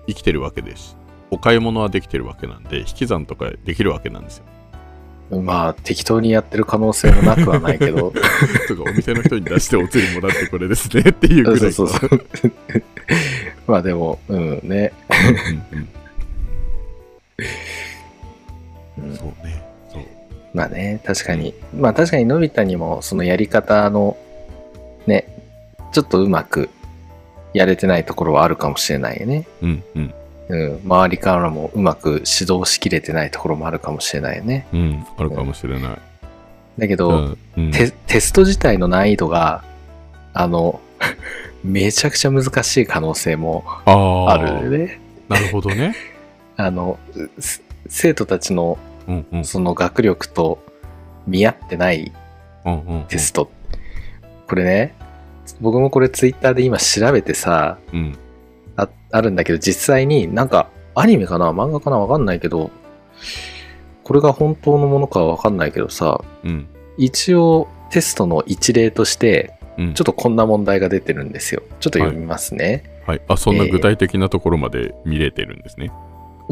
[SPEAKER 1] 生きてるわけですしお買い物はできてるわけなんで引き算とかできるわけなんですよ <laughs>
[SPEAKER 2] まあ適当にやってる可能性もなくはないけど。
[SPEAKER 1] とかお店の人に出してお釣りもらってこれですねっていうぐらい
[SPEAKER 2] <laughs> そうそうそう。 <laughs> まあでも、うんね。
[SPEAKER 1] うん
[SPEAKER 2] う
[SPEAKER 1] うん
[SPEAKER 2] ん
[SPEAKER 1] そうねそう
[SPEAKER 2] まあね、確かに。まあ確かに、のび太にも、そのやり方の、ね、ちょっとうまくやれてないところはあるかもしれないよね。
[SPEAKER 1] うんうん
[SPEAKER 2] うん。周りからもうまく指導しきれてないところもあるかもしれないよね。
[SPEAKER 1] うんあるかもしれない、
[SPEAKER 2] だけ
[SPEAKER 1] う
[SPEAKER 2] ど、
[SPEAKER 1] んうん、
[SPEAKER 2] テテスト自体の難易度が、あの、 <laughs> めちゃくちゃ難しい可能性も
[SPEAKER 1] あ
[SPEAKER 2] あ
[SPEAKER 1] あ
[SPEAKER 2] るよね。
[SPEAKER 1] なるほどね
[SPEAKER 2] あの、す生徒たちの
[SPEAKER 1] うんうん
[SPEAKER 2] その学力と見合ってない
[SPEAKER 1] うんうん
[SPEAKER 2] テスト。これね、僕もこれツイッターで今調べてさ、
[SPEAKER 1] うん
[SPEAKER 2] ああるんだけど、実際になんかアニメかな漫画かなわかんないけど、これが本当のものかはわかんないけどさ、
[SPEAKER 1] うん。
[SPEAKER 2] 一応テストの一例として、
[SPEAKER 1] うん、
[SPEAKER 2] ちょっとこんな問題が出てるんですよ。ちょっと読みますね。
[SPEAKER 1] はい、あそんな具体的なところまで見れてるんですね。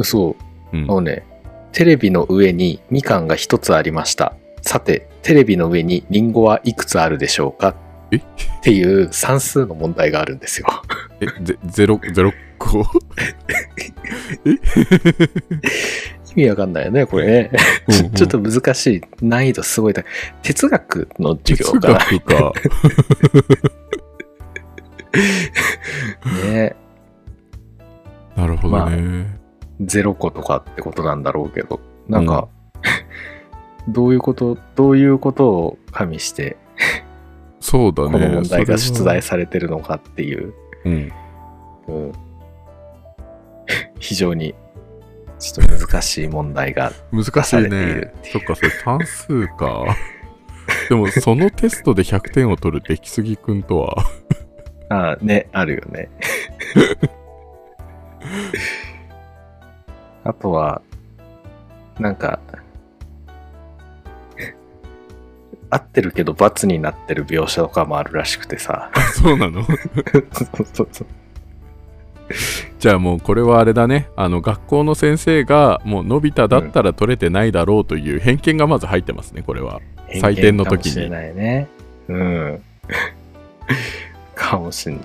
[SPEAKER 2] そう。
[SPEAKER 1] うん
[SPEAKER 2] あのね、テレビの上にみかんが一つありました。さて、テレビの上にリンゴはいくつあるでしょうか
[SPEAKER 1] え
[SPEAKER 2] っていう算数の問題があるんですよ。
[SPEAKER 1] えゼゼロゼロ個
[SPEAKER 2] 意味わかんないよね、これね。 <laughs> <laughs> ちょちょっと難しい。難易度すごい高い。哲学の授業か
[SPEAKER 1] <laughs> 哲学か。
[SPEAKER 2] な。ね。
[SPEAKER 1] なるほどね。
[SPEAKER 2] 0個とかってことなんだろうけど。なんか、 <laughs> どういうこと、どういうことを加味して、
[SPEAKER 1] そうだ
[SPEAKER 2] こ
[SPEAKER 1] ね。
[SPEAKER 2] の問題が
[SPEAKER 1] そ
[SPEAKER 2] 出
[SPEAKER 1] れは
[SPEAKER 2] 題されてるのかっていう。
[SPEAKER 1] うん。
[SPEAKER 2] うん、 <laughs> 非常にちょっと難しい問題が
[SPEAKER 1] 難しい
[SPEAKER 2] 出されてい
[SPEAKER 1] ね
[SPEAKER 2] る。
[SPEAKER 1] そっか、それ算数か。 <laughs> でも、そのテストで100点を取る出来すぎくんとは、 <laughs>
[SPEAKER 2] あねあるよね <laughs> あとはなんか合ってるけど罰になってる描写とかもあるらしくてさ
[SPEAKER 1] そうなの
[SPEAKER 2] <laughs> そうそうそう
[SPEAKER 1] じゃあもう、これはあれだね。あの、学校の先生が、もう、のび太だったら取れてないだろうという偏見がまず入ってますね、これは。採点の時に
[SPEAKER 2] 偏見かもしれないねうんかもしれない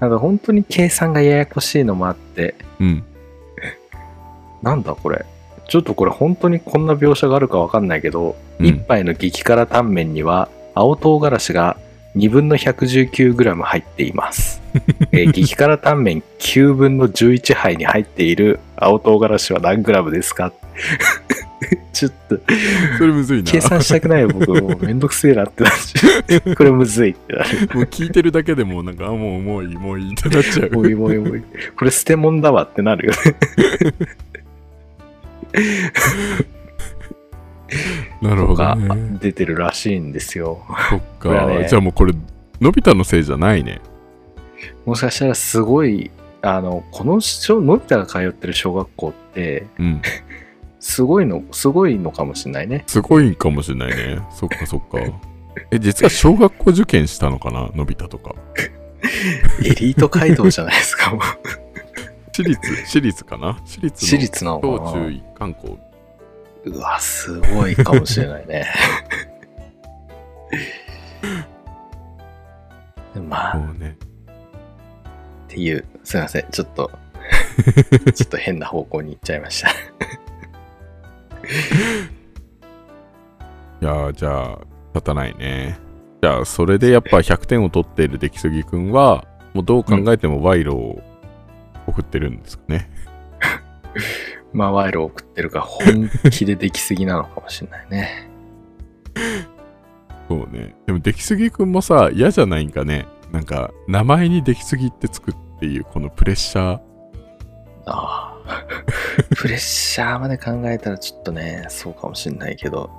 [SPEAKER 2] なんか本当に計算がややこしいのもあって
[SPEAKER 1] うん。
[SPEAKER 2] なんだこれちょっとこれ本当にこんな描写があるかわかんないけど、
[SPEAKER 1] うん
[SPEAKER 2] 一杯の激辛タンメンには青唐辛子が2分の 119g 入ってい <laughs> ます、えー激辛タンメン9分の11杯に入っている青唐辛子は何 g ですか <laughs> ちょっと
[SPEAKER 1] それむずいな。
[SPEAKER 2] 計算したくないよ、僕。もうめんどくせえなってなっち <laughs> ゃうこれむずいってなる。
[SPEAKER 1] もう聞いてるだけでもうなんか、あ、もう、もういい、もういいってなっちゃう。
[SPEAKER 2] もういいもういいもういい。これ捨て物だわってなるよね。
[SPEAKER 1] なるほ
[SPEAKER 2] と
[SPEAKER 1] ど
[SPEAKER 2] か
[SPEAKER 1] ね。
[SPEAKER 2] 出てるらしいんですよ。
[SPEAKER 1] そっ
[SPEAKER 2] これ
[SPEAKER 1] か、
[SPEAKER 2] はね
[SPEAKER 1] じゃあもうこれ、のび太のせいじゃないね。
[SPEAKER 2] もしかしたらすごい、あの、この小、のび太が通ってる小学校って、
[SPEAKER 1] うん。
[SPEAKER 2] すごいの、すごいのかもしれないね。
[SPEAKER 1] すごいんかもしれないね。そっかそっか。え、実は小学校受験したのかなのび太とか。
[SPEAKER 2] エリート街道じゃないですか、もう
[SPEAKER 1] 私立、私立かな私立の
[SPEAKER 2] 私立なの
[SPEAKER 1] 小
[SPEAKER 2] か
[SPEAKER 1] 中
[SPEAKER 2] な
[SPEAKER 1] 一貫校。
[SPEAKER 2] うわ、すごいかもしれな
[SPEAKER 1] <laughs>
[SPEAKER 2] いね。まあ、
[SPEAKER 1] もうね。
[SPEAKER 2] っていう、すいません、ちょっ
[SPEAKER 1] <laughs>
[SPEAKER 2] と、ちょっと変な方向に行っちゃいました。
[SPEAKER 1] いやーじゃあ、立たないね。じゃあ、それでやっぱ100点を取っている出来すぎくんは、もうどう考えても賄賂を送ってるんですかね。
[SPEAKER 2] まあ、賄賂を送ってるから本気でできすぎなのかもしれないね。
[SPEAKER 1] そうね。でも出来すぎくんもさ、嫌じゃないんかね。なんか、名前に出来すぎってつくっていう、このプレッシャー。
[SPEAKER 2] ああ。プレッシャーまで考えたらちょっとね、そうかもしれないけど。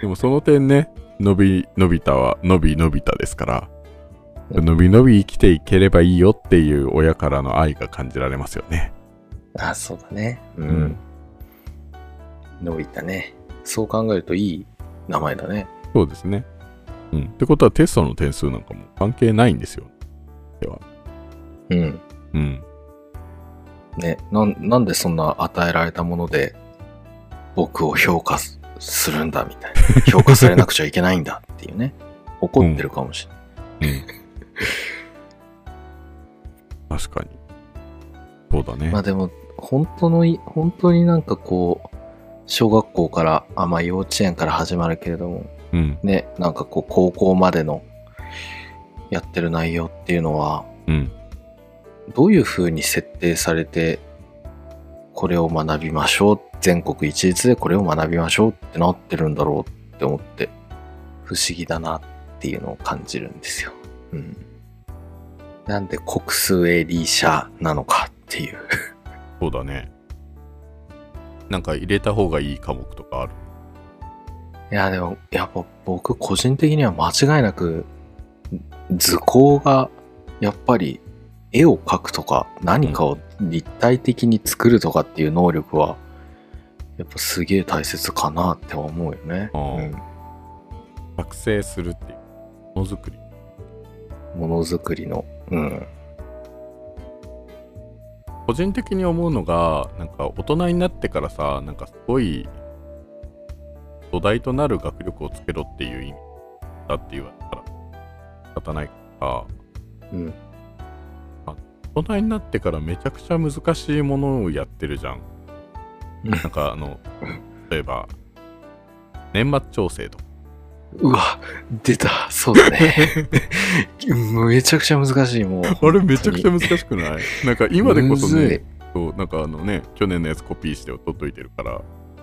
[SPEAKER 1] でもその点ね、のび、のび太は、のびのび太ですから、
[SPEAKER 2] うん
[SPEAKER 1] のびのび生きていければいいよっていう親からの愛が感じられますよね。
[SPEAKER 2] ああ、そうだね。う。
[SPEAKER 1] うん
[SPEAKER 2] 伸びたね。そう考えるといい名前だね。
[SPEAKER 1] そうですね。うん。ってことはテストの点数なんかも関係ないんですよ。
[SPEAKER 2] うん。
[SPEAKER 1] うん。
[SPEAKER 2] ね、なんなんでそんな与えられたもので僕を評価すするんだみたいな評価されなくちゃいけないんだっていうね怒ってるかもしれない、
[SPEAKER 1] うん。確かに。そうだね。
[SPEAKER 2] まあでも本当のい本当になんかこう小学校からあまあ幼稚園から始まるけれども
[SPEAKER 1] うん。
[SPEAKER 2] ねなんかこう高校までのやってる内容っていうのは
[SPEAKER 1] うん。
[SPEAKER 2] どういうふうに設定されてこれを学びましょう全国一律でこれを学びましょうってなってるんだろうって思って不思議だなっていうのを感じるんですよ。うん、なんで国数エリー社なのかっていう。
[SPEAKER 1] そうだね。なんか入れた方がいい科目とかある。
[SPEAKER 2] いやでもやっぱ僕個人的には間違いなく図工がやっぱり絵を描くとか何かを立体的に作るとかっていう能力はやっぱすげえ大切かなって思うよね。
[SPEAKER 1] あー
[SPEAKER 2] う
[SPEAKER 1] 作成するっていうものづくり
[SPEAKER 2] んものづくりの。うん。
[SPEAKER 1] 個人的に思うのがなんか大人になってからさなんかすごい土台となる学力をつけろっていう意味だって言われたら仕方ないから
[SPEAKER 2] うん。
[SPEAKER 1] 大人になってからめちゃくちゃ難しいものをやってるじゃん
[SPEAKER 2] うん
[SPEAKER 1] なんかあの例えば年末調整とか
[SPEAKER 2] うわ、出た。そう
[SPEAKER 1] <laughs>
[SPEAKER 2] だね。めちゃくちゃ難しい、もう。
[SPEAKER 1] あれめちゃくちゃ難しくないなんか今でこそ
[SPEAKER 2] むず
[SPEAKER 1] ね
[SPEAKER 2] い
[SPEAKER 1] そうなんかあのね去年のやつコピーして取っといてるから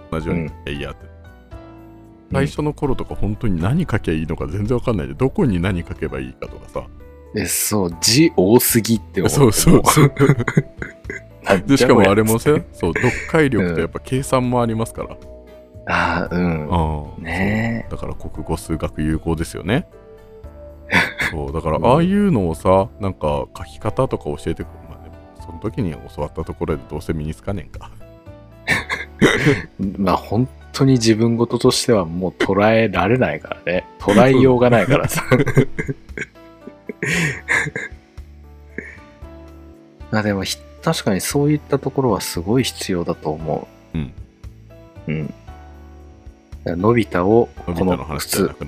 [SPEAKER 1] 同じようにえいやって最初の頃とか本当に何書けばいいのか全然わかんないでどこに何書けばいいかとかさ
[SPEAKER 2] え、そう、字多すぎって思って。
[SPEAKER 1] そうそうそう
[SPEAKER 2] もう。なん
[SPEAKER 1] でし
[SPEAKER 2] じゃ
[SPEAKER 1] か
[SPEAKER 2] こ
[SPEAKER 1] も
[SPEAKER 2] りゃ
[SPEAKER 1] あれもさ
[SPEAKER 2] つって
[SPEAKER 1] そう読解力とやっぱ計算もありますから、
[SPEAKER 2] ああ、うん。
[SPEAKER 1] ああ
[SPEAKER 2] ね
[SPEAKER 1] だから国語数学有効ですよ <laughs> ねそうだからああいうのをさなんか書き方とか教えてくるまあでもその時に教わったところでどうせ身につかねえんか
[SPEAKER 2] まあ本当に自分事としてはもう捉えられないからね。捉えようがないか
[SPEAKER 1] <laughs>
[SPEAKER 2] らさ。まあでもひ確かにそういったところはすごい必要だと思う。
[SPEAKER 1] うん。
[SPEAKER 2] うん。だからのび太を
[SPEAKER 1] のび
[SPEAKER 2] こ
[SPEAKER 1] 太
[SPEAKER 2] の
[SPEAKER 1] の
[SPEAKER 2] 普
[SPEAKER 1] 話じゃ
[SPEAKER 2] 通
[SPEAKER 1] な、く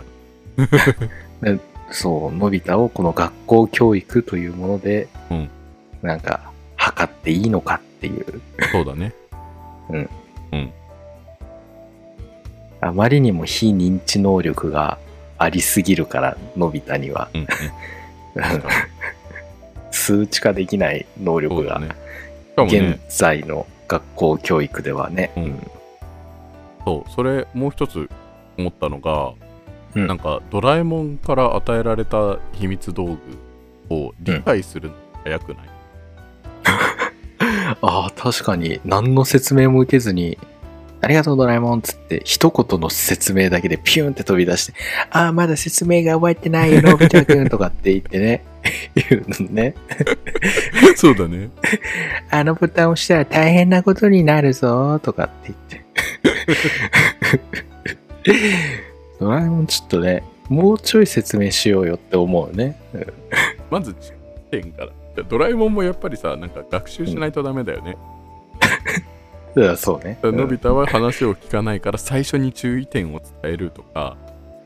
[SPEAKER 1] ない
[SPEAKER 2] そう、のび太をこの学校教育というもので、
[SPEAKER 1] うん
[SPEAKER 2] なんか測っていいのかっていう。
[SPEAKER 1] そうだ <laughs> ね
[SPEAKER 2] あまりにも非認知能力がありすぎるから、のび太には。
[SPEAKER 1] うんうん確か
[SPEAKER 2] <laughs> 数値化できない能
[SPEAKER 1] にそ
[SPEAKER 2] 力
[SPEAKER 1] うだ
[SPEAKER 2] が、
[SPEAKER 1] ねしかも
[SPEAKER 2] 現
[SPEAKER 1] ね
[SPEAKER 2] 在の学校教育ではね。
[SPEAKER 1] うんそうそれもう一つ思ったのが
[SPEAKER 2] うん
[SPEAKER 1] なんかドラえもんから与えられた秘密道具を理解するのが早くない、
[SPEAKER 2] ああ、確かに何の説明も受けずに、ありがとうドラえもんっつって、一言の説明だけでピュンって飛び出して、ああ、まだ説明が終わってないよ、のび太くんとかって言ってね、 <laughs> 言うのね。
[SPEAKER 1] <laughs> そうだね
[SPEAKER 2] あのボタン押したら大変なことになるぞとかって言って。 <laughs> ドラえもんちょっとね、もうちょい説明しようよって思うね。うん
[SPEAKER 1] まず地点からドラえもんもやっぱりさなんか学習しないとダメだよね、
[SPEAKER 2] だからそうね。
[SPEAKER 1] の
[SPEAKER 2] う
[SPEAKER 1] び
[SPEAKER 2] ん
[SPEAKER 1] 太は話を聞かないから最初に注意点を伝えるとか、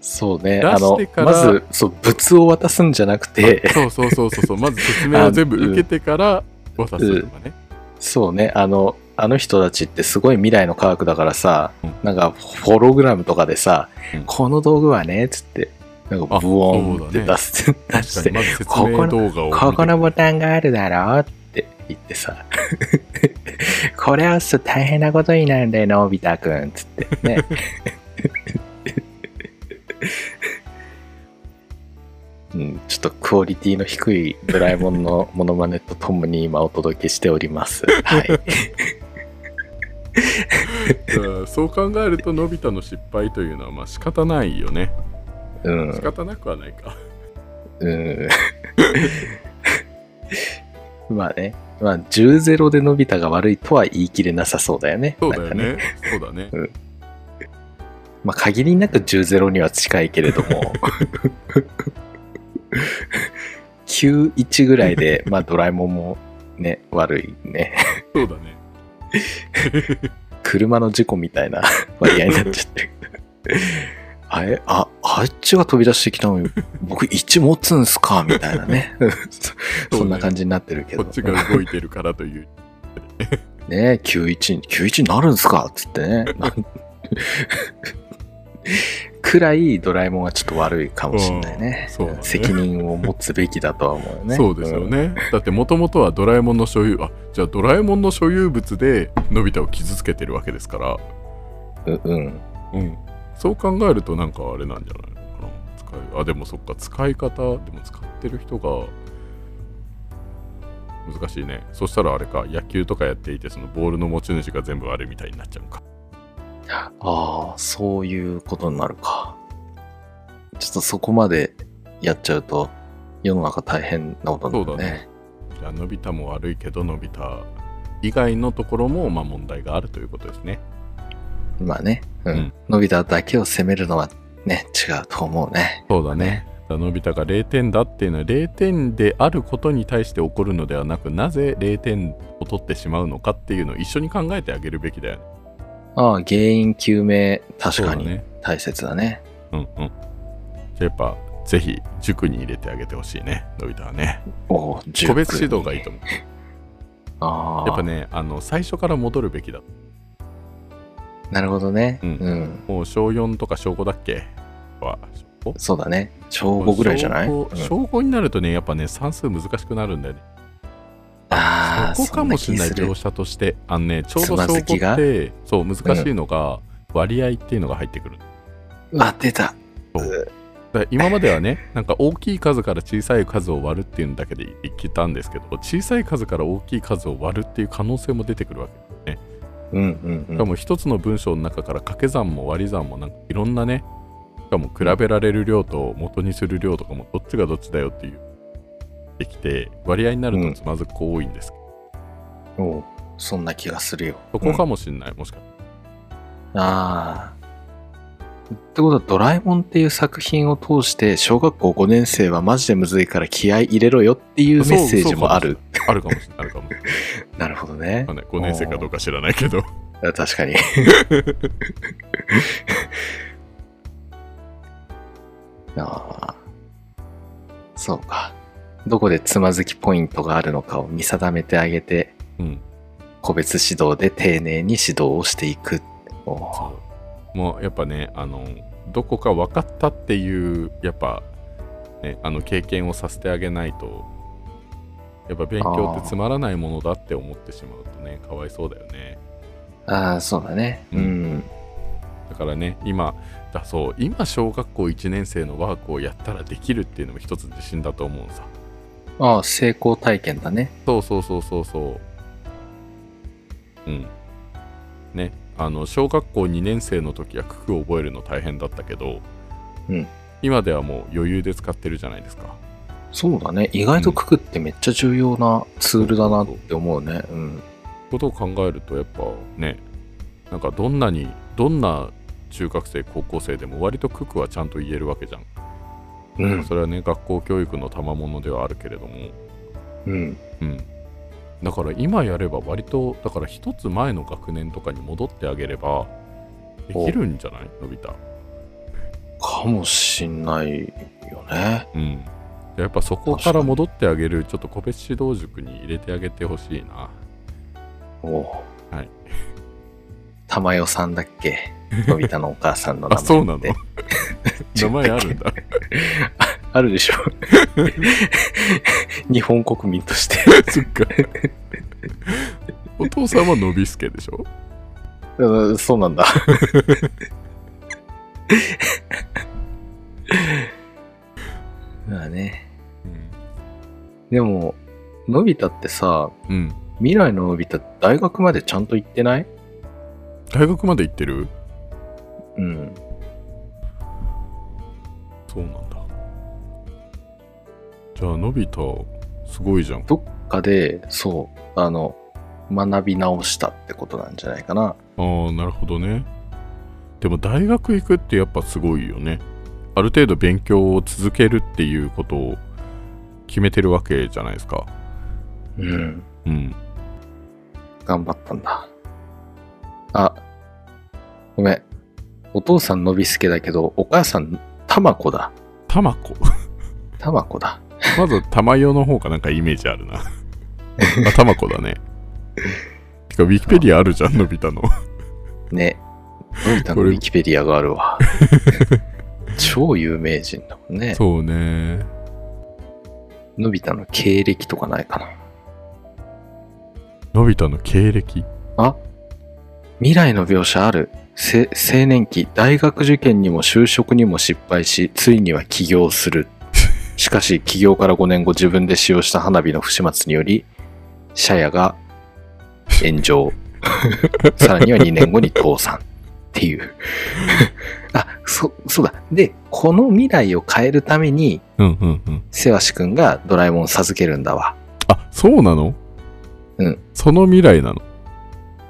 [SPEAKER 2] そうね。
[SPEAKER 1] 出
[SPEAKER 2] あ
[SPEAKER 1] し
[SPEAKER 2] の
[SPEAKER 1] てか、ら
[SPEAKER 2] まず、そう、物を渡すんじゃなくて、
[SPEAKER 1] そうそうそうそうそうまず説明を全部受けてから渡すとかね、
[SPEAKER 2] そうね、あの、あの人たちってすごい未来の科学だからさ、
[SPEAKER 1] うん
[SPEAKER 2] なんかホログラムとかでさ、
[SPEAKER 1] うん
[SPEAKER 2] この道具はね、つって、なんか
[SPEAKER 1] あ
[SPEAKER 2] ブオーンって
[SPEAKER 1] そうだ
[SPEAKER 2] 出す、出
[SPEAKER 1] 確
[SPEAKER 2] し
[SPEAKER 1] か
[SPEAKER 2] て
[SPEAKER 1] に、まず説明動画を見て
[SPEAKER 2] ここのボタンがあるだろうって言ってさ <laughs> これはすと大変なことになるんだよのび太くんっつって
[SPEAKER 1] <laughs>
[SPEAKER 2] ねうん、ちょっとクオリティの低いドラえもんのモノマネとともに今お届けしてお
[SPEAKER 1] <laughs>
[SPEAKER 2] ります。はい。
[SPEAKER 1] うんそう考えるとのび太の失敗というのはまあ仕方ないよね
[SPEAKER 2] うん
[SPEAKER 1] 仕。方なくはないか、
[SPEAKER 2] うん。 <laughs> まあね。まあ、10-0でのび太が悪いとは言い切れなさそうだよね。
[SPEAKER 1] そうだ
[SPEAKER 2] なん
[SPEAKER 1] よ
[SPEAKER 2] か
[SPEAKER 1] ねそうだね
[SPEAKER 2] まあ、限りなく10-0には近いけれども、9-1ぐらいで、まあ、ドラえもんもね、悪いね、
[SPEAKER 1] そうだね
[SPEAKER 2] 車の事故みたいな割合になっちゃってる。あれ、あ、あっちが飛び出してきたのに、僕1持つんすかみたい
[SPEAKER 1] <laughs>
[SPEAKER 2] なね。 <laughs> そそんな感じになってるけど。
[SPEAKER 1] こっちが動いてるからという
[SPEAKER 2] ねえ、91に、91になるんすかっつってね。なんくらいドラえもんはちょっと悪いかもしれないね。
[SPEAKER 1] うんそうだね
[SPEAKER 2] 責任を持つべきだとは思うよ <laughs> ね。
[SPEAKER 1] そうですよ
[SPEAKER 2] ん。
[SPEAKER 1] ね、だってもともとはドラえもんの所有あじゃあドラえもんの所有物でのび太を傷つけてるわけですから
[SPEAKER 2] うん。うん
[SPEAKER 1] うん、そう考えるとなんかあれなんじゃないのかな使いあでもそっか使い方でも使ってる人が難しいねそしたらあれか野球とかやっていてそのボールの持ち主が全部あれみたいになっちゃうのか
[SPEAKER 2] ああ、そういうことになるか。ちょっとそこまでやっちゃうと、世の中大変なことなんだね。
[SPEAKER 1] じゃあのび太も悪いけどのび太以外のところもまあ問題があるということですね
[SPEAKER 2] まあね、う
[SPEAKER 1] う
[SPEAKER 2] ん、
[SPEAKER 1] ん
[SPEAKER 2] のび太だけを責めるのはね、違うと思うね。
[SPEAKER 1] そうだね。だからのび太が0点だっていうのは0点であることに対して起こるのではなくなぜ0点を取ってしまうのかっていうのを一緒に考えてあげるべきだよね。
[SPEAKER 2] ああ、原因究明、確か
[SPEAKER 1] そうだ
[SPEAKER 2] に
[SPEAKER 1] ね。
[SPEAKER 2] 大切だね。
[SPEAKER 1] うんうん。じゃあやっぱぜひ塾に入れてあげてほしいね、のび太はね。
[SPEAKER 2] おう
[SPEAKER 1] 個別指導がいいと
[SPEAKER 2] 思
[SPEAKER 1] 思う。
[SPEAKER 2] う。ああ、
[SPEAKER 1] やっぱね、あの最初から戻るべきだ。
[SPEAKER 2] なるほどね。
[SPEAKER 1] う
[SPEAKER 2] うんん。
[SPEAKER 1] もう小4とか小5だっけは小
[SPEAKER 2] そうだね。小5ぐらいじゃない、
[SPEAKER 1] 小
[SPEAKER 2] うん
[SPEAKER 1] 5, 小5になるとね、やっぱね、算数難しくなるんだよね。
[SPEAKER 2] ああ、
[SPEAKER 1] そこかもしれない
[SPEAKER 2] そん気する
[SPEAKER 1] 描写としてあのねちょうど
[SPEAKER 2] つま
[SPEAKER 1] 証
[SPEAKER 2] ず
[SPEAKER 1] 拠
[SPEAKER 2] きが
[SPEAKER 1] ってそう難しいのが割合っていうのが入ってくる、
[SPEAKER 2] うわ、出た。
[SPEAKER 1] そうだから今まではね <laughs> なんか大きい数から小さい数を割るっていうのだけでいけたんですけど小さい数から大きい数を割るっていう可能性も出てくるわけ
[SPEAKER 2] うんうん
[SPEAKER 1] し
[SPEAKER 2] う
[SPEAKER 1] か
[SPEAKER 2] ん。
[SPEAKER 1] も一つの文章の中から掛け算も割り算もなんかいろんなねしかも比べられる量と元にする量とかもどっちがどっちだよっていうできて割合になるとつまずく子多いんですけど、
[SPEAKER 2] おうそんな気がするよ。
[SPEAKER 1] そこかもしれない、もしかしたら
[SPEAKER 2] うんああ。ってことは、ドラえもんっていう作品を通して、小学校5年生はマジでむずいから気合い入れろよっていうメッセージもある。
[SPEAKER 1] あるかもしれないあるかもしれない
[SPEAKER 2] なるほどね
[SPEAKER 1] まあ。ね、5年生かどうか知らないけど。
[SPEAKER 2] あ確かに。 <laughs> ああ。そうか。どこでつまずきポイントがあるのかを見定めてあげて、
[SPEAKER 1] うん。
[SPEAKER 2] 個別指導で丁寧に指導をしていく。おー
[SPEAKER 1] そうもうやっぱね、あの、どこか分かったっていう、やっぱ、ね、あの経験をさせてあげないと、やっぱ勉強ってつまらないものだって思ってしまうとね、かわいそうだよね。
[SPEAKER 2] ああ、そうだね。
[SPEAKER 1] う
[SPEAKER 2] うんん。
[SPEAKER 1] だからね、今、だそう、今、小学校1年生のワークをやったらできるっていうのも一つ自信だと思うさ。
[SPEAKER 2] ああ、成功体験だね。
[SPEAKER 1] そうそうそうそうそう。うん。ね、あの小学校2年生の時は九九を覚えるの大変だったけど、
[SPEAKER 2] うん
[SPEAKER 1] 今ではもう余裕で使ってるじゃないですか。
[SPEAKER 2] そうだね。意外とククってめっちゃ重要なツールだなって思うね。うん。
[SPEAKER 1] ことを考えるとやっぱね、なんかどんなにどんな中学生高校生でも割と九九はちゃんと言えるわけじゃん。
[SPEAKER 2] うん。
[SPEAKER 1] それはね学校教育の賜物ではあるけれども、
[SPEAKER 2] うん。
[SPEAKER 1] うん。だから今やれば割とだから一つ前の学年とかに戻ってあげればできるんじゃないのび太。
[SPEAKER 2] かもしんないよね。
[SPEAKER 1] うん、やっぱそこから戻ってあげるちょっと個別指導塾に入れてあげてほしい <laughs> な
[SPEAKER 2] おおう
[SPEAKER 1] はい。
[SPEAKER 2] 玉代さんだっけのび太のお母さんの名前
[SPEAKER 1] あ
[SPEAKER 2] <laughs>
[SPEAKER 1] そうなの
[SPEAKER 2] って
[SPEAKER 1] 名前あるんだ
[SPEAKER 2] あるで
[SPEAKER 1] <laughs>
[SPEAKER 2] しょ。日本国民として。
[SPEAKER 1] そっ <laughs> かお父さんはのびすけでしょ
[SPEAKER 2] うんそうなんだ。 <laughs> まあね。
[SPEAKER 1] うん、
[SPEAKER 2] でも、のび太ってさ、
[SPEAKER 1] うん、
[SPEAKER 2] 未来ののび太大学までちゃんと行ってない
[SPEAKER 1] 大学まで行ってる
[SPEAKER 2] うん。
[SPEAKER 1] そうなんだじゃあのび太すごいじゃん
[SPEAKER 2] どっかで、そう、あの、学び直したってことなんじゃないかな。
[SPEAKER 1] ああなるほどねでも大学行くってやっぱすごいよねある程度勉強を続けるっていうことを決めてるわけじゃないですか
[SPEAKER 2] うん。
[SPEAKER 1] うん
[SPEAKER 2] 頑張ったんだ。あ、ごめん。お父さんのびすけだけど、お母さん、たまこだ。
[SPEAKER 1] たまこ <laughs>
[SPEAKER 2] たまこだ。
[SPEAKER 1] まず玉代の方がなんかイメージあ
[SPEAKER 2] <laughs>
[SPEAKER 1] るな。あ、玉子だね。てか、ウィキペディアあるじゃん、のび太の。
[SPEAKER 2] ね。のび太の
[SPEAKER 1] こ
[SPEAKER 2] ウ
[SPEAKER 1] れ
[SPEAKER 2] ィキペディアがあ
[SPEAKER 1] <laughs>
[SPEAKER 2] るわ。超有名人だもんね。
[SPEAKER 1] <laughs> そうね。
[SPEAKER 2] のび太の経歴とかないかな。
[SPEAKER 1] のび太の経歴。
[SPEAKER 2] あ未来の描写ある。せ青年期、大学受験にも就職にも失敗し、ついには起業する。しかし、起業から5年後、自分で使用した花火の不始末により、社屋が炎上。さらには2年後に倒産。っていう。あ、そ、そうだ。で、この未来を変えるために、
[SPEAKER 1] うんうんうん。
[SPEAKER 2] セワシ君がドラえもんを授けるんだわ。
[SPEAKER 1] あ、そうなの
[SPEAKER 2] うん。
[SPEAKER 1] その未来なの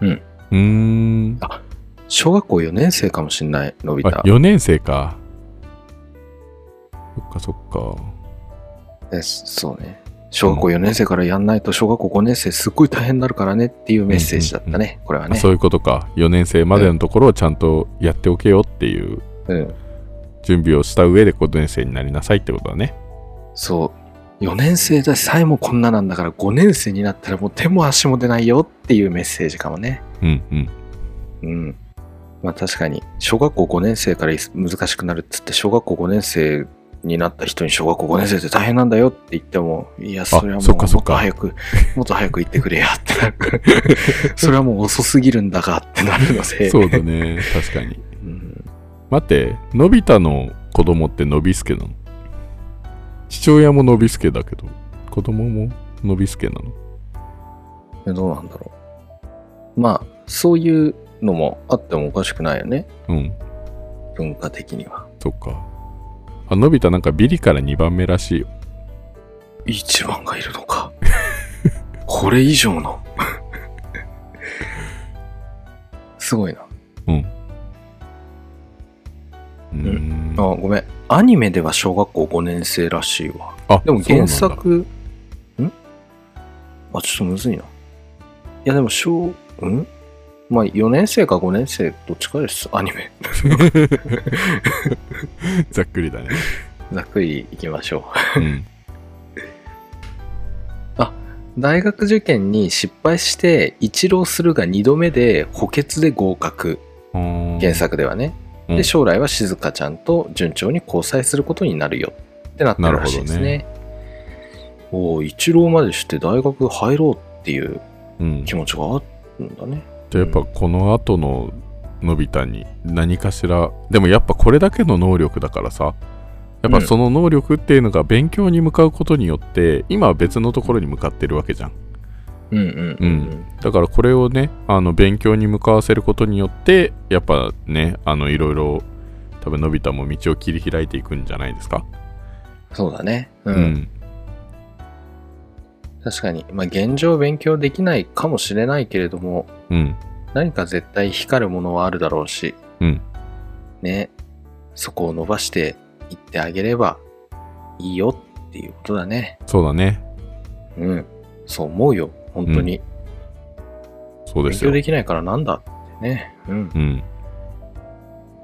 [SPEAKER 2] うん
[SPEAKER 1] うーん。
[SPEAKER 2] 小学校4年生かもしんない、のび
[SPEAKER 1] あ、
[SPEAKER 2] 太。
[SPEAKER 1] 4年生か。そっかそっか。
[SPEAKER 2] ねそうね。小学校4年生からやんないと、小学校5年生すっごい大変になるからねっていうメッセージだったね、これは
[SPEAKER 1] あ
[SPEAKER 2] ね。
[SPEAKER 1] そういうことか4年生までのところをちゃんとやっておけよっていう
[SPEAKER 2] うん。
[SPEAKER 1] 準備をした上で5年生になりなさいってことだね
[SPEAKER 2] そう。4年生でさえもこんななんだから、5年生になったらもう手も足も出ないよっていうメッセージかもね。
[SPEAKER 1] うんうん
[SPEAKER 2] うん。まあ確かに、小学校5年生から難しくなるっつって、小学校5年生になった人に小学校5年生って大変なんだよって言っても、いや、それはも
[SPEAKER 1] そっ
[SPEAKER 2] う
[SPEAKER 1] か
[SPEAKER 2] も
[SPEAKER 1] そっ
[SPEAKER 2] っ
[SPEAKER 1] か
[SPEAKER 2] と早く、もっと早く行ってくれやって
[SPEAKER 1] <laughs>
[SPEAKER 2] なる。それはもう遅すぎるんだがってなるので。
[SPEAKER 1] そうだね確かに
[SPEAKER 2] うん
[SPEAKER 1] 待ってのび太の子供ってのびすけなの父親ものびすけだけど子供ものびすけなの
[SPEAKER 2] えどうなんだろう。まあ、そういうのもあってもおかしくないよね。
[SPEAKER 1] うん
[SPEAKER 2] 文化的には。
[SPEAKER 1] そっかあのび太なんかビリから2番目らしいよ
[SPEAKER 2] 一番がいるの
[SPEAKER 1] <laughs>
[SPEAKER 2] か。これ以上の。すごいな。あ、
[SPEAKER 1] うーん
[SPEAKER 2] ごめん。アニメでは小学校5年生らしいわ。
[SPEAKER 1] あ
[SPEAKER 2] でも原
[SPEAKER 1] そうなんだ
[SPEAKER 2] 作、んあ、ちょっとむずいな。いや、でも小、んまあ、4年生か5年生、どっちかです、アニメ。
[SPEAKER 1] ざっくりだね、
[SPEAKER 2] ざっくりいきましょう。
[SPEAKER 1] うん、
[SPEAKER 2] 大学受験に失敗して一浪するが2度目で補欠で合格
[SPEAKER 1] あー
[SPEAKER 2] 原作ではね、
[SPEAKER 1] うん
[SPEAKER 2] で将来は静香ちゃんと順調に交際することになるよってなってるらしいですね
[SPEAKER 1] な
[SPEAKER 2] おお一浪までして大学入ろうっていう
[SPEAKER 1] うん
[SPEAKER 2] 気持ちがあるんだね
[SPEAKER 1] じゃあやっぱこの後ののび太に何かしらでもやっぱこれだけの能力だからさやっぱその能力っていうのが勉強に向かうことによって今は別のところに向かってるわけじゃん
[SPEAKER 2] うんうん
[SPEAKER 1] うんだからこれをねあの勉強に向かわせることによってやっぱねあのいろいろ多分のび太も道を切り開いていくんじゃないですか
[SPEAKER 2] そうだねう、
[SPEAKER 1] うん
[SPEAKER 2] 確かにまあ現状勉強できないかもしれないけれども
[SPEAKER 1] うん
[SPEAKER 2] 何か絶対光るものはあるだろうし、
[SPEAKER 1] うん
[SPEAKER 2] ね、そこを伸ばしていってあげればいいよっていうことだね。
[SPEAKER 1] そうだね
[SPEAKER 2] うん。そう思うよ、本当に。
[SPEAKER 1] そうで
[SPEAKER 2] 勉
[SPEAKER 1] すよ
[SPEAKER 2] 強できないからなんだってね。うん。
[SPEAKER 1] うん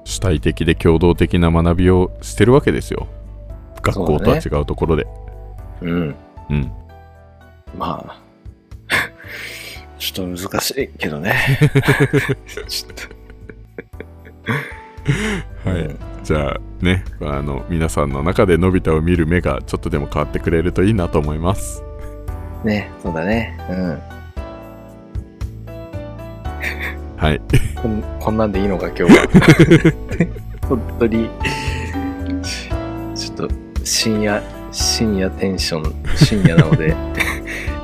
[SPEAKER 1] 主体的で共同的な学びをしてるわけですよ学校とは違うところで
[SPEAKER 2] うん。
[SPEAKER 1] うん、
[SPEAKER 2] まあ、 <laughs> ちょっと難しいけ
[SPEAKER 1] <laughs>
[SPEAKER 2] どね。ちょっと。
[SPEAKER 1] はい、
[SPEAKER 2] うん
[SPEAKER 1] じゃあねあの皆さんの中でのび太を見る目がちょっとでも変わってくれるといいなと思います
[SPEAKER 2] ね、そうだね。うん。
[SPEAKER 1] はい
[SPEAKER 2] こんこんなんでいいのか今日は <laughs> 本当にちょっと深夜深夜テンション深夜なの <laughs> で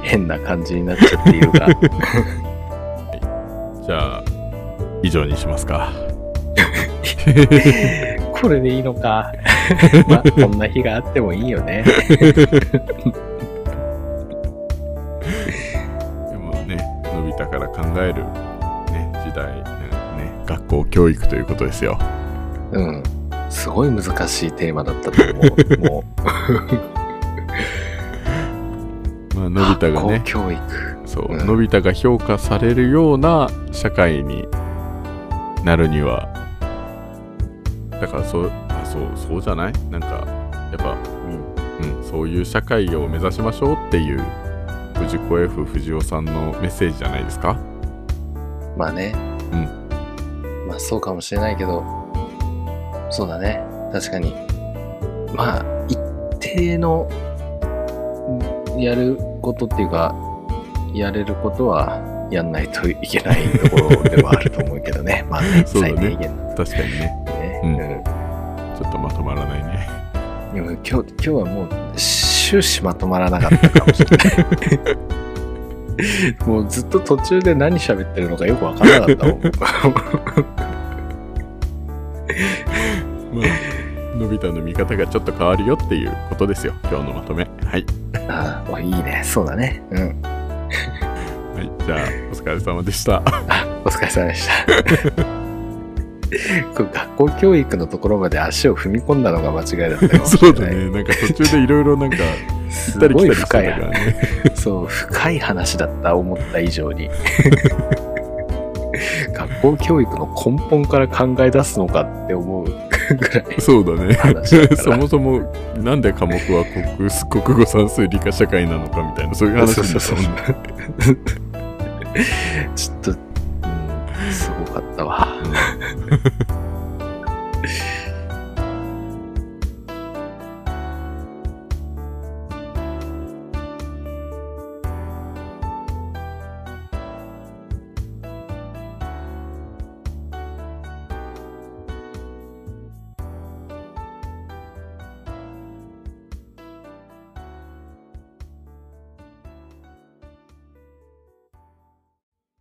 [SPEAKER 2] 変な感じになっちゃっているが
[SPEAKER 1] じゃあ以上にしますか
[SPEAKER 2] これでいいの <laughs> かまあこんな日があってもいいよね
[SPEAKER 1] でもねのび太から考える、ね、時代、ね、学校教育ということですよ
[SPEAKER 2] うんすごい難しいテーマだったと思うも <laughs>
[SPEAKER 1] まあ
[SPEAKER 2] う
[SPEAKER 1] のび太がね
[SPEAKER 2] 学校教育
[SPEAKER 1] そう、
[SPEAKER 2] うん
[SPEAKER 1] のび太が評価されるような社会になるにはだからそうあそうそうじゃないなんかやっぱ、うんそういう社会を目指しましょうっていう藤子 F 不二雄さんのメッセージじゃないですか
[SPEAKER 2] まあね
[SPEAKER 1] う
[SPEAKER 2] まあそうかもしれないけどそうだね確かにまあ一定のんやることっていうかやれることはやんないといけないところではあると思うけ
[SPEAKER 1] <laughs>
[SPEAKER 2] どねまあね
[SPEAKER 1] そうだ
[SPEAKER 2] 最
[SPEAKER 1] ね
[SPEAKER 2] 低限の
[SPEAKER 1] 確かにね
[SPEAKER 2] <laughs> ね、
[SPEAKER 1] うん
[SPEAKER 2] う
[SPEAKER 1] ちょっとまとまらないね
[SPEAKER 2] ん、でも今日今日はもう終始まとまらなかったかもしれない
[SPEAKER 1] <laughs>
[SPEAKER 2] もうずっと途中で何喋ってるのかよくわからなかったもん
[SPEAKER 1] まあ、のび太の見方がちょっと変わるよっていうことですよ今日のまとめはい、
[SPEAKER 2] ああ、いいね。そうだね。うん。
[SPEAKER 1] はい、じゃあお疲れ様で
[SPEAKER 2] <laughs>
[SPEAKER 1] した
[SPEAKER 2] お疲れ様で
[SPEAKER 1] <laughs>
[SPEAKER 2] した。これ学校教育のところまで足を踏み込んだのが間違いだったかも
[SPEAKER 1] <laughs>
[SPEAKER 2] し
[SPEAKER 1] そ
[SPEAKER 2] れ
[SPEAKER 1] うだ
[SPEAKER 2] ない。
[SPEAKER 1] ねなんか途中でいろいろなんか行
[SPEAKER 2] <laughs> す
[SPEAKER 1] ったり
[SPEAKER 2] ご
[SPEAKER 1] 来
[SPEAKER 2] い
[SPEAKER 1] たりしてたか
[SPEAKER 2] 深い
[SPEAKER 1] ら
[SPEAKER 2] 話。
[SPEAKER 1] ね
[SPEAKER 2] そう、深い話だった、思った以上に。 <laughs> 学校教育の根本から考え出すのかって思うぐらい。
[SPEAKER 1] そうだね
[SPEAKER 2] 話だから
[SPEAKER 1] そもそもなんで科目は国国 <laughs> 語算数理科社会なのかみたいな <laughs> そういう話にな
[SPEAKER 2] <laughs>
[SPEAKER 1] ったもんね
[SPEAKER 2] ちょっと、うんすごかったわ。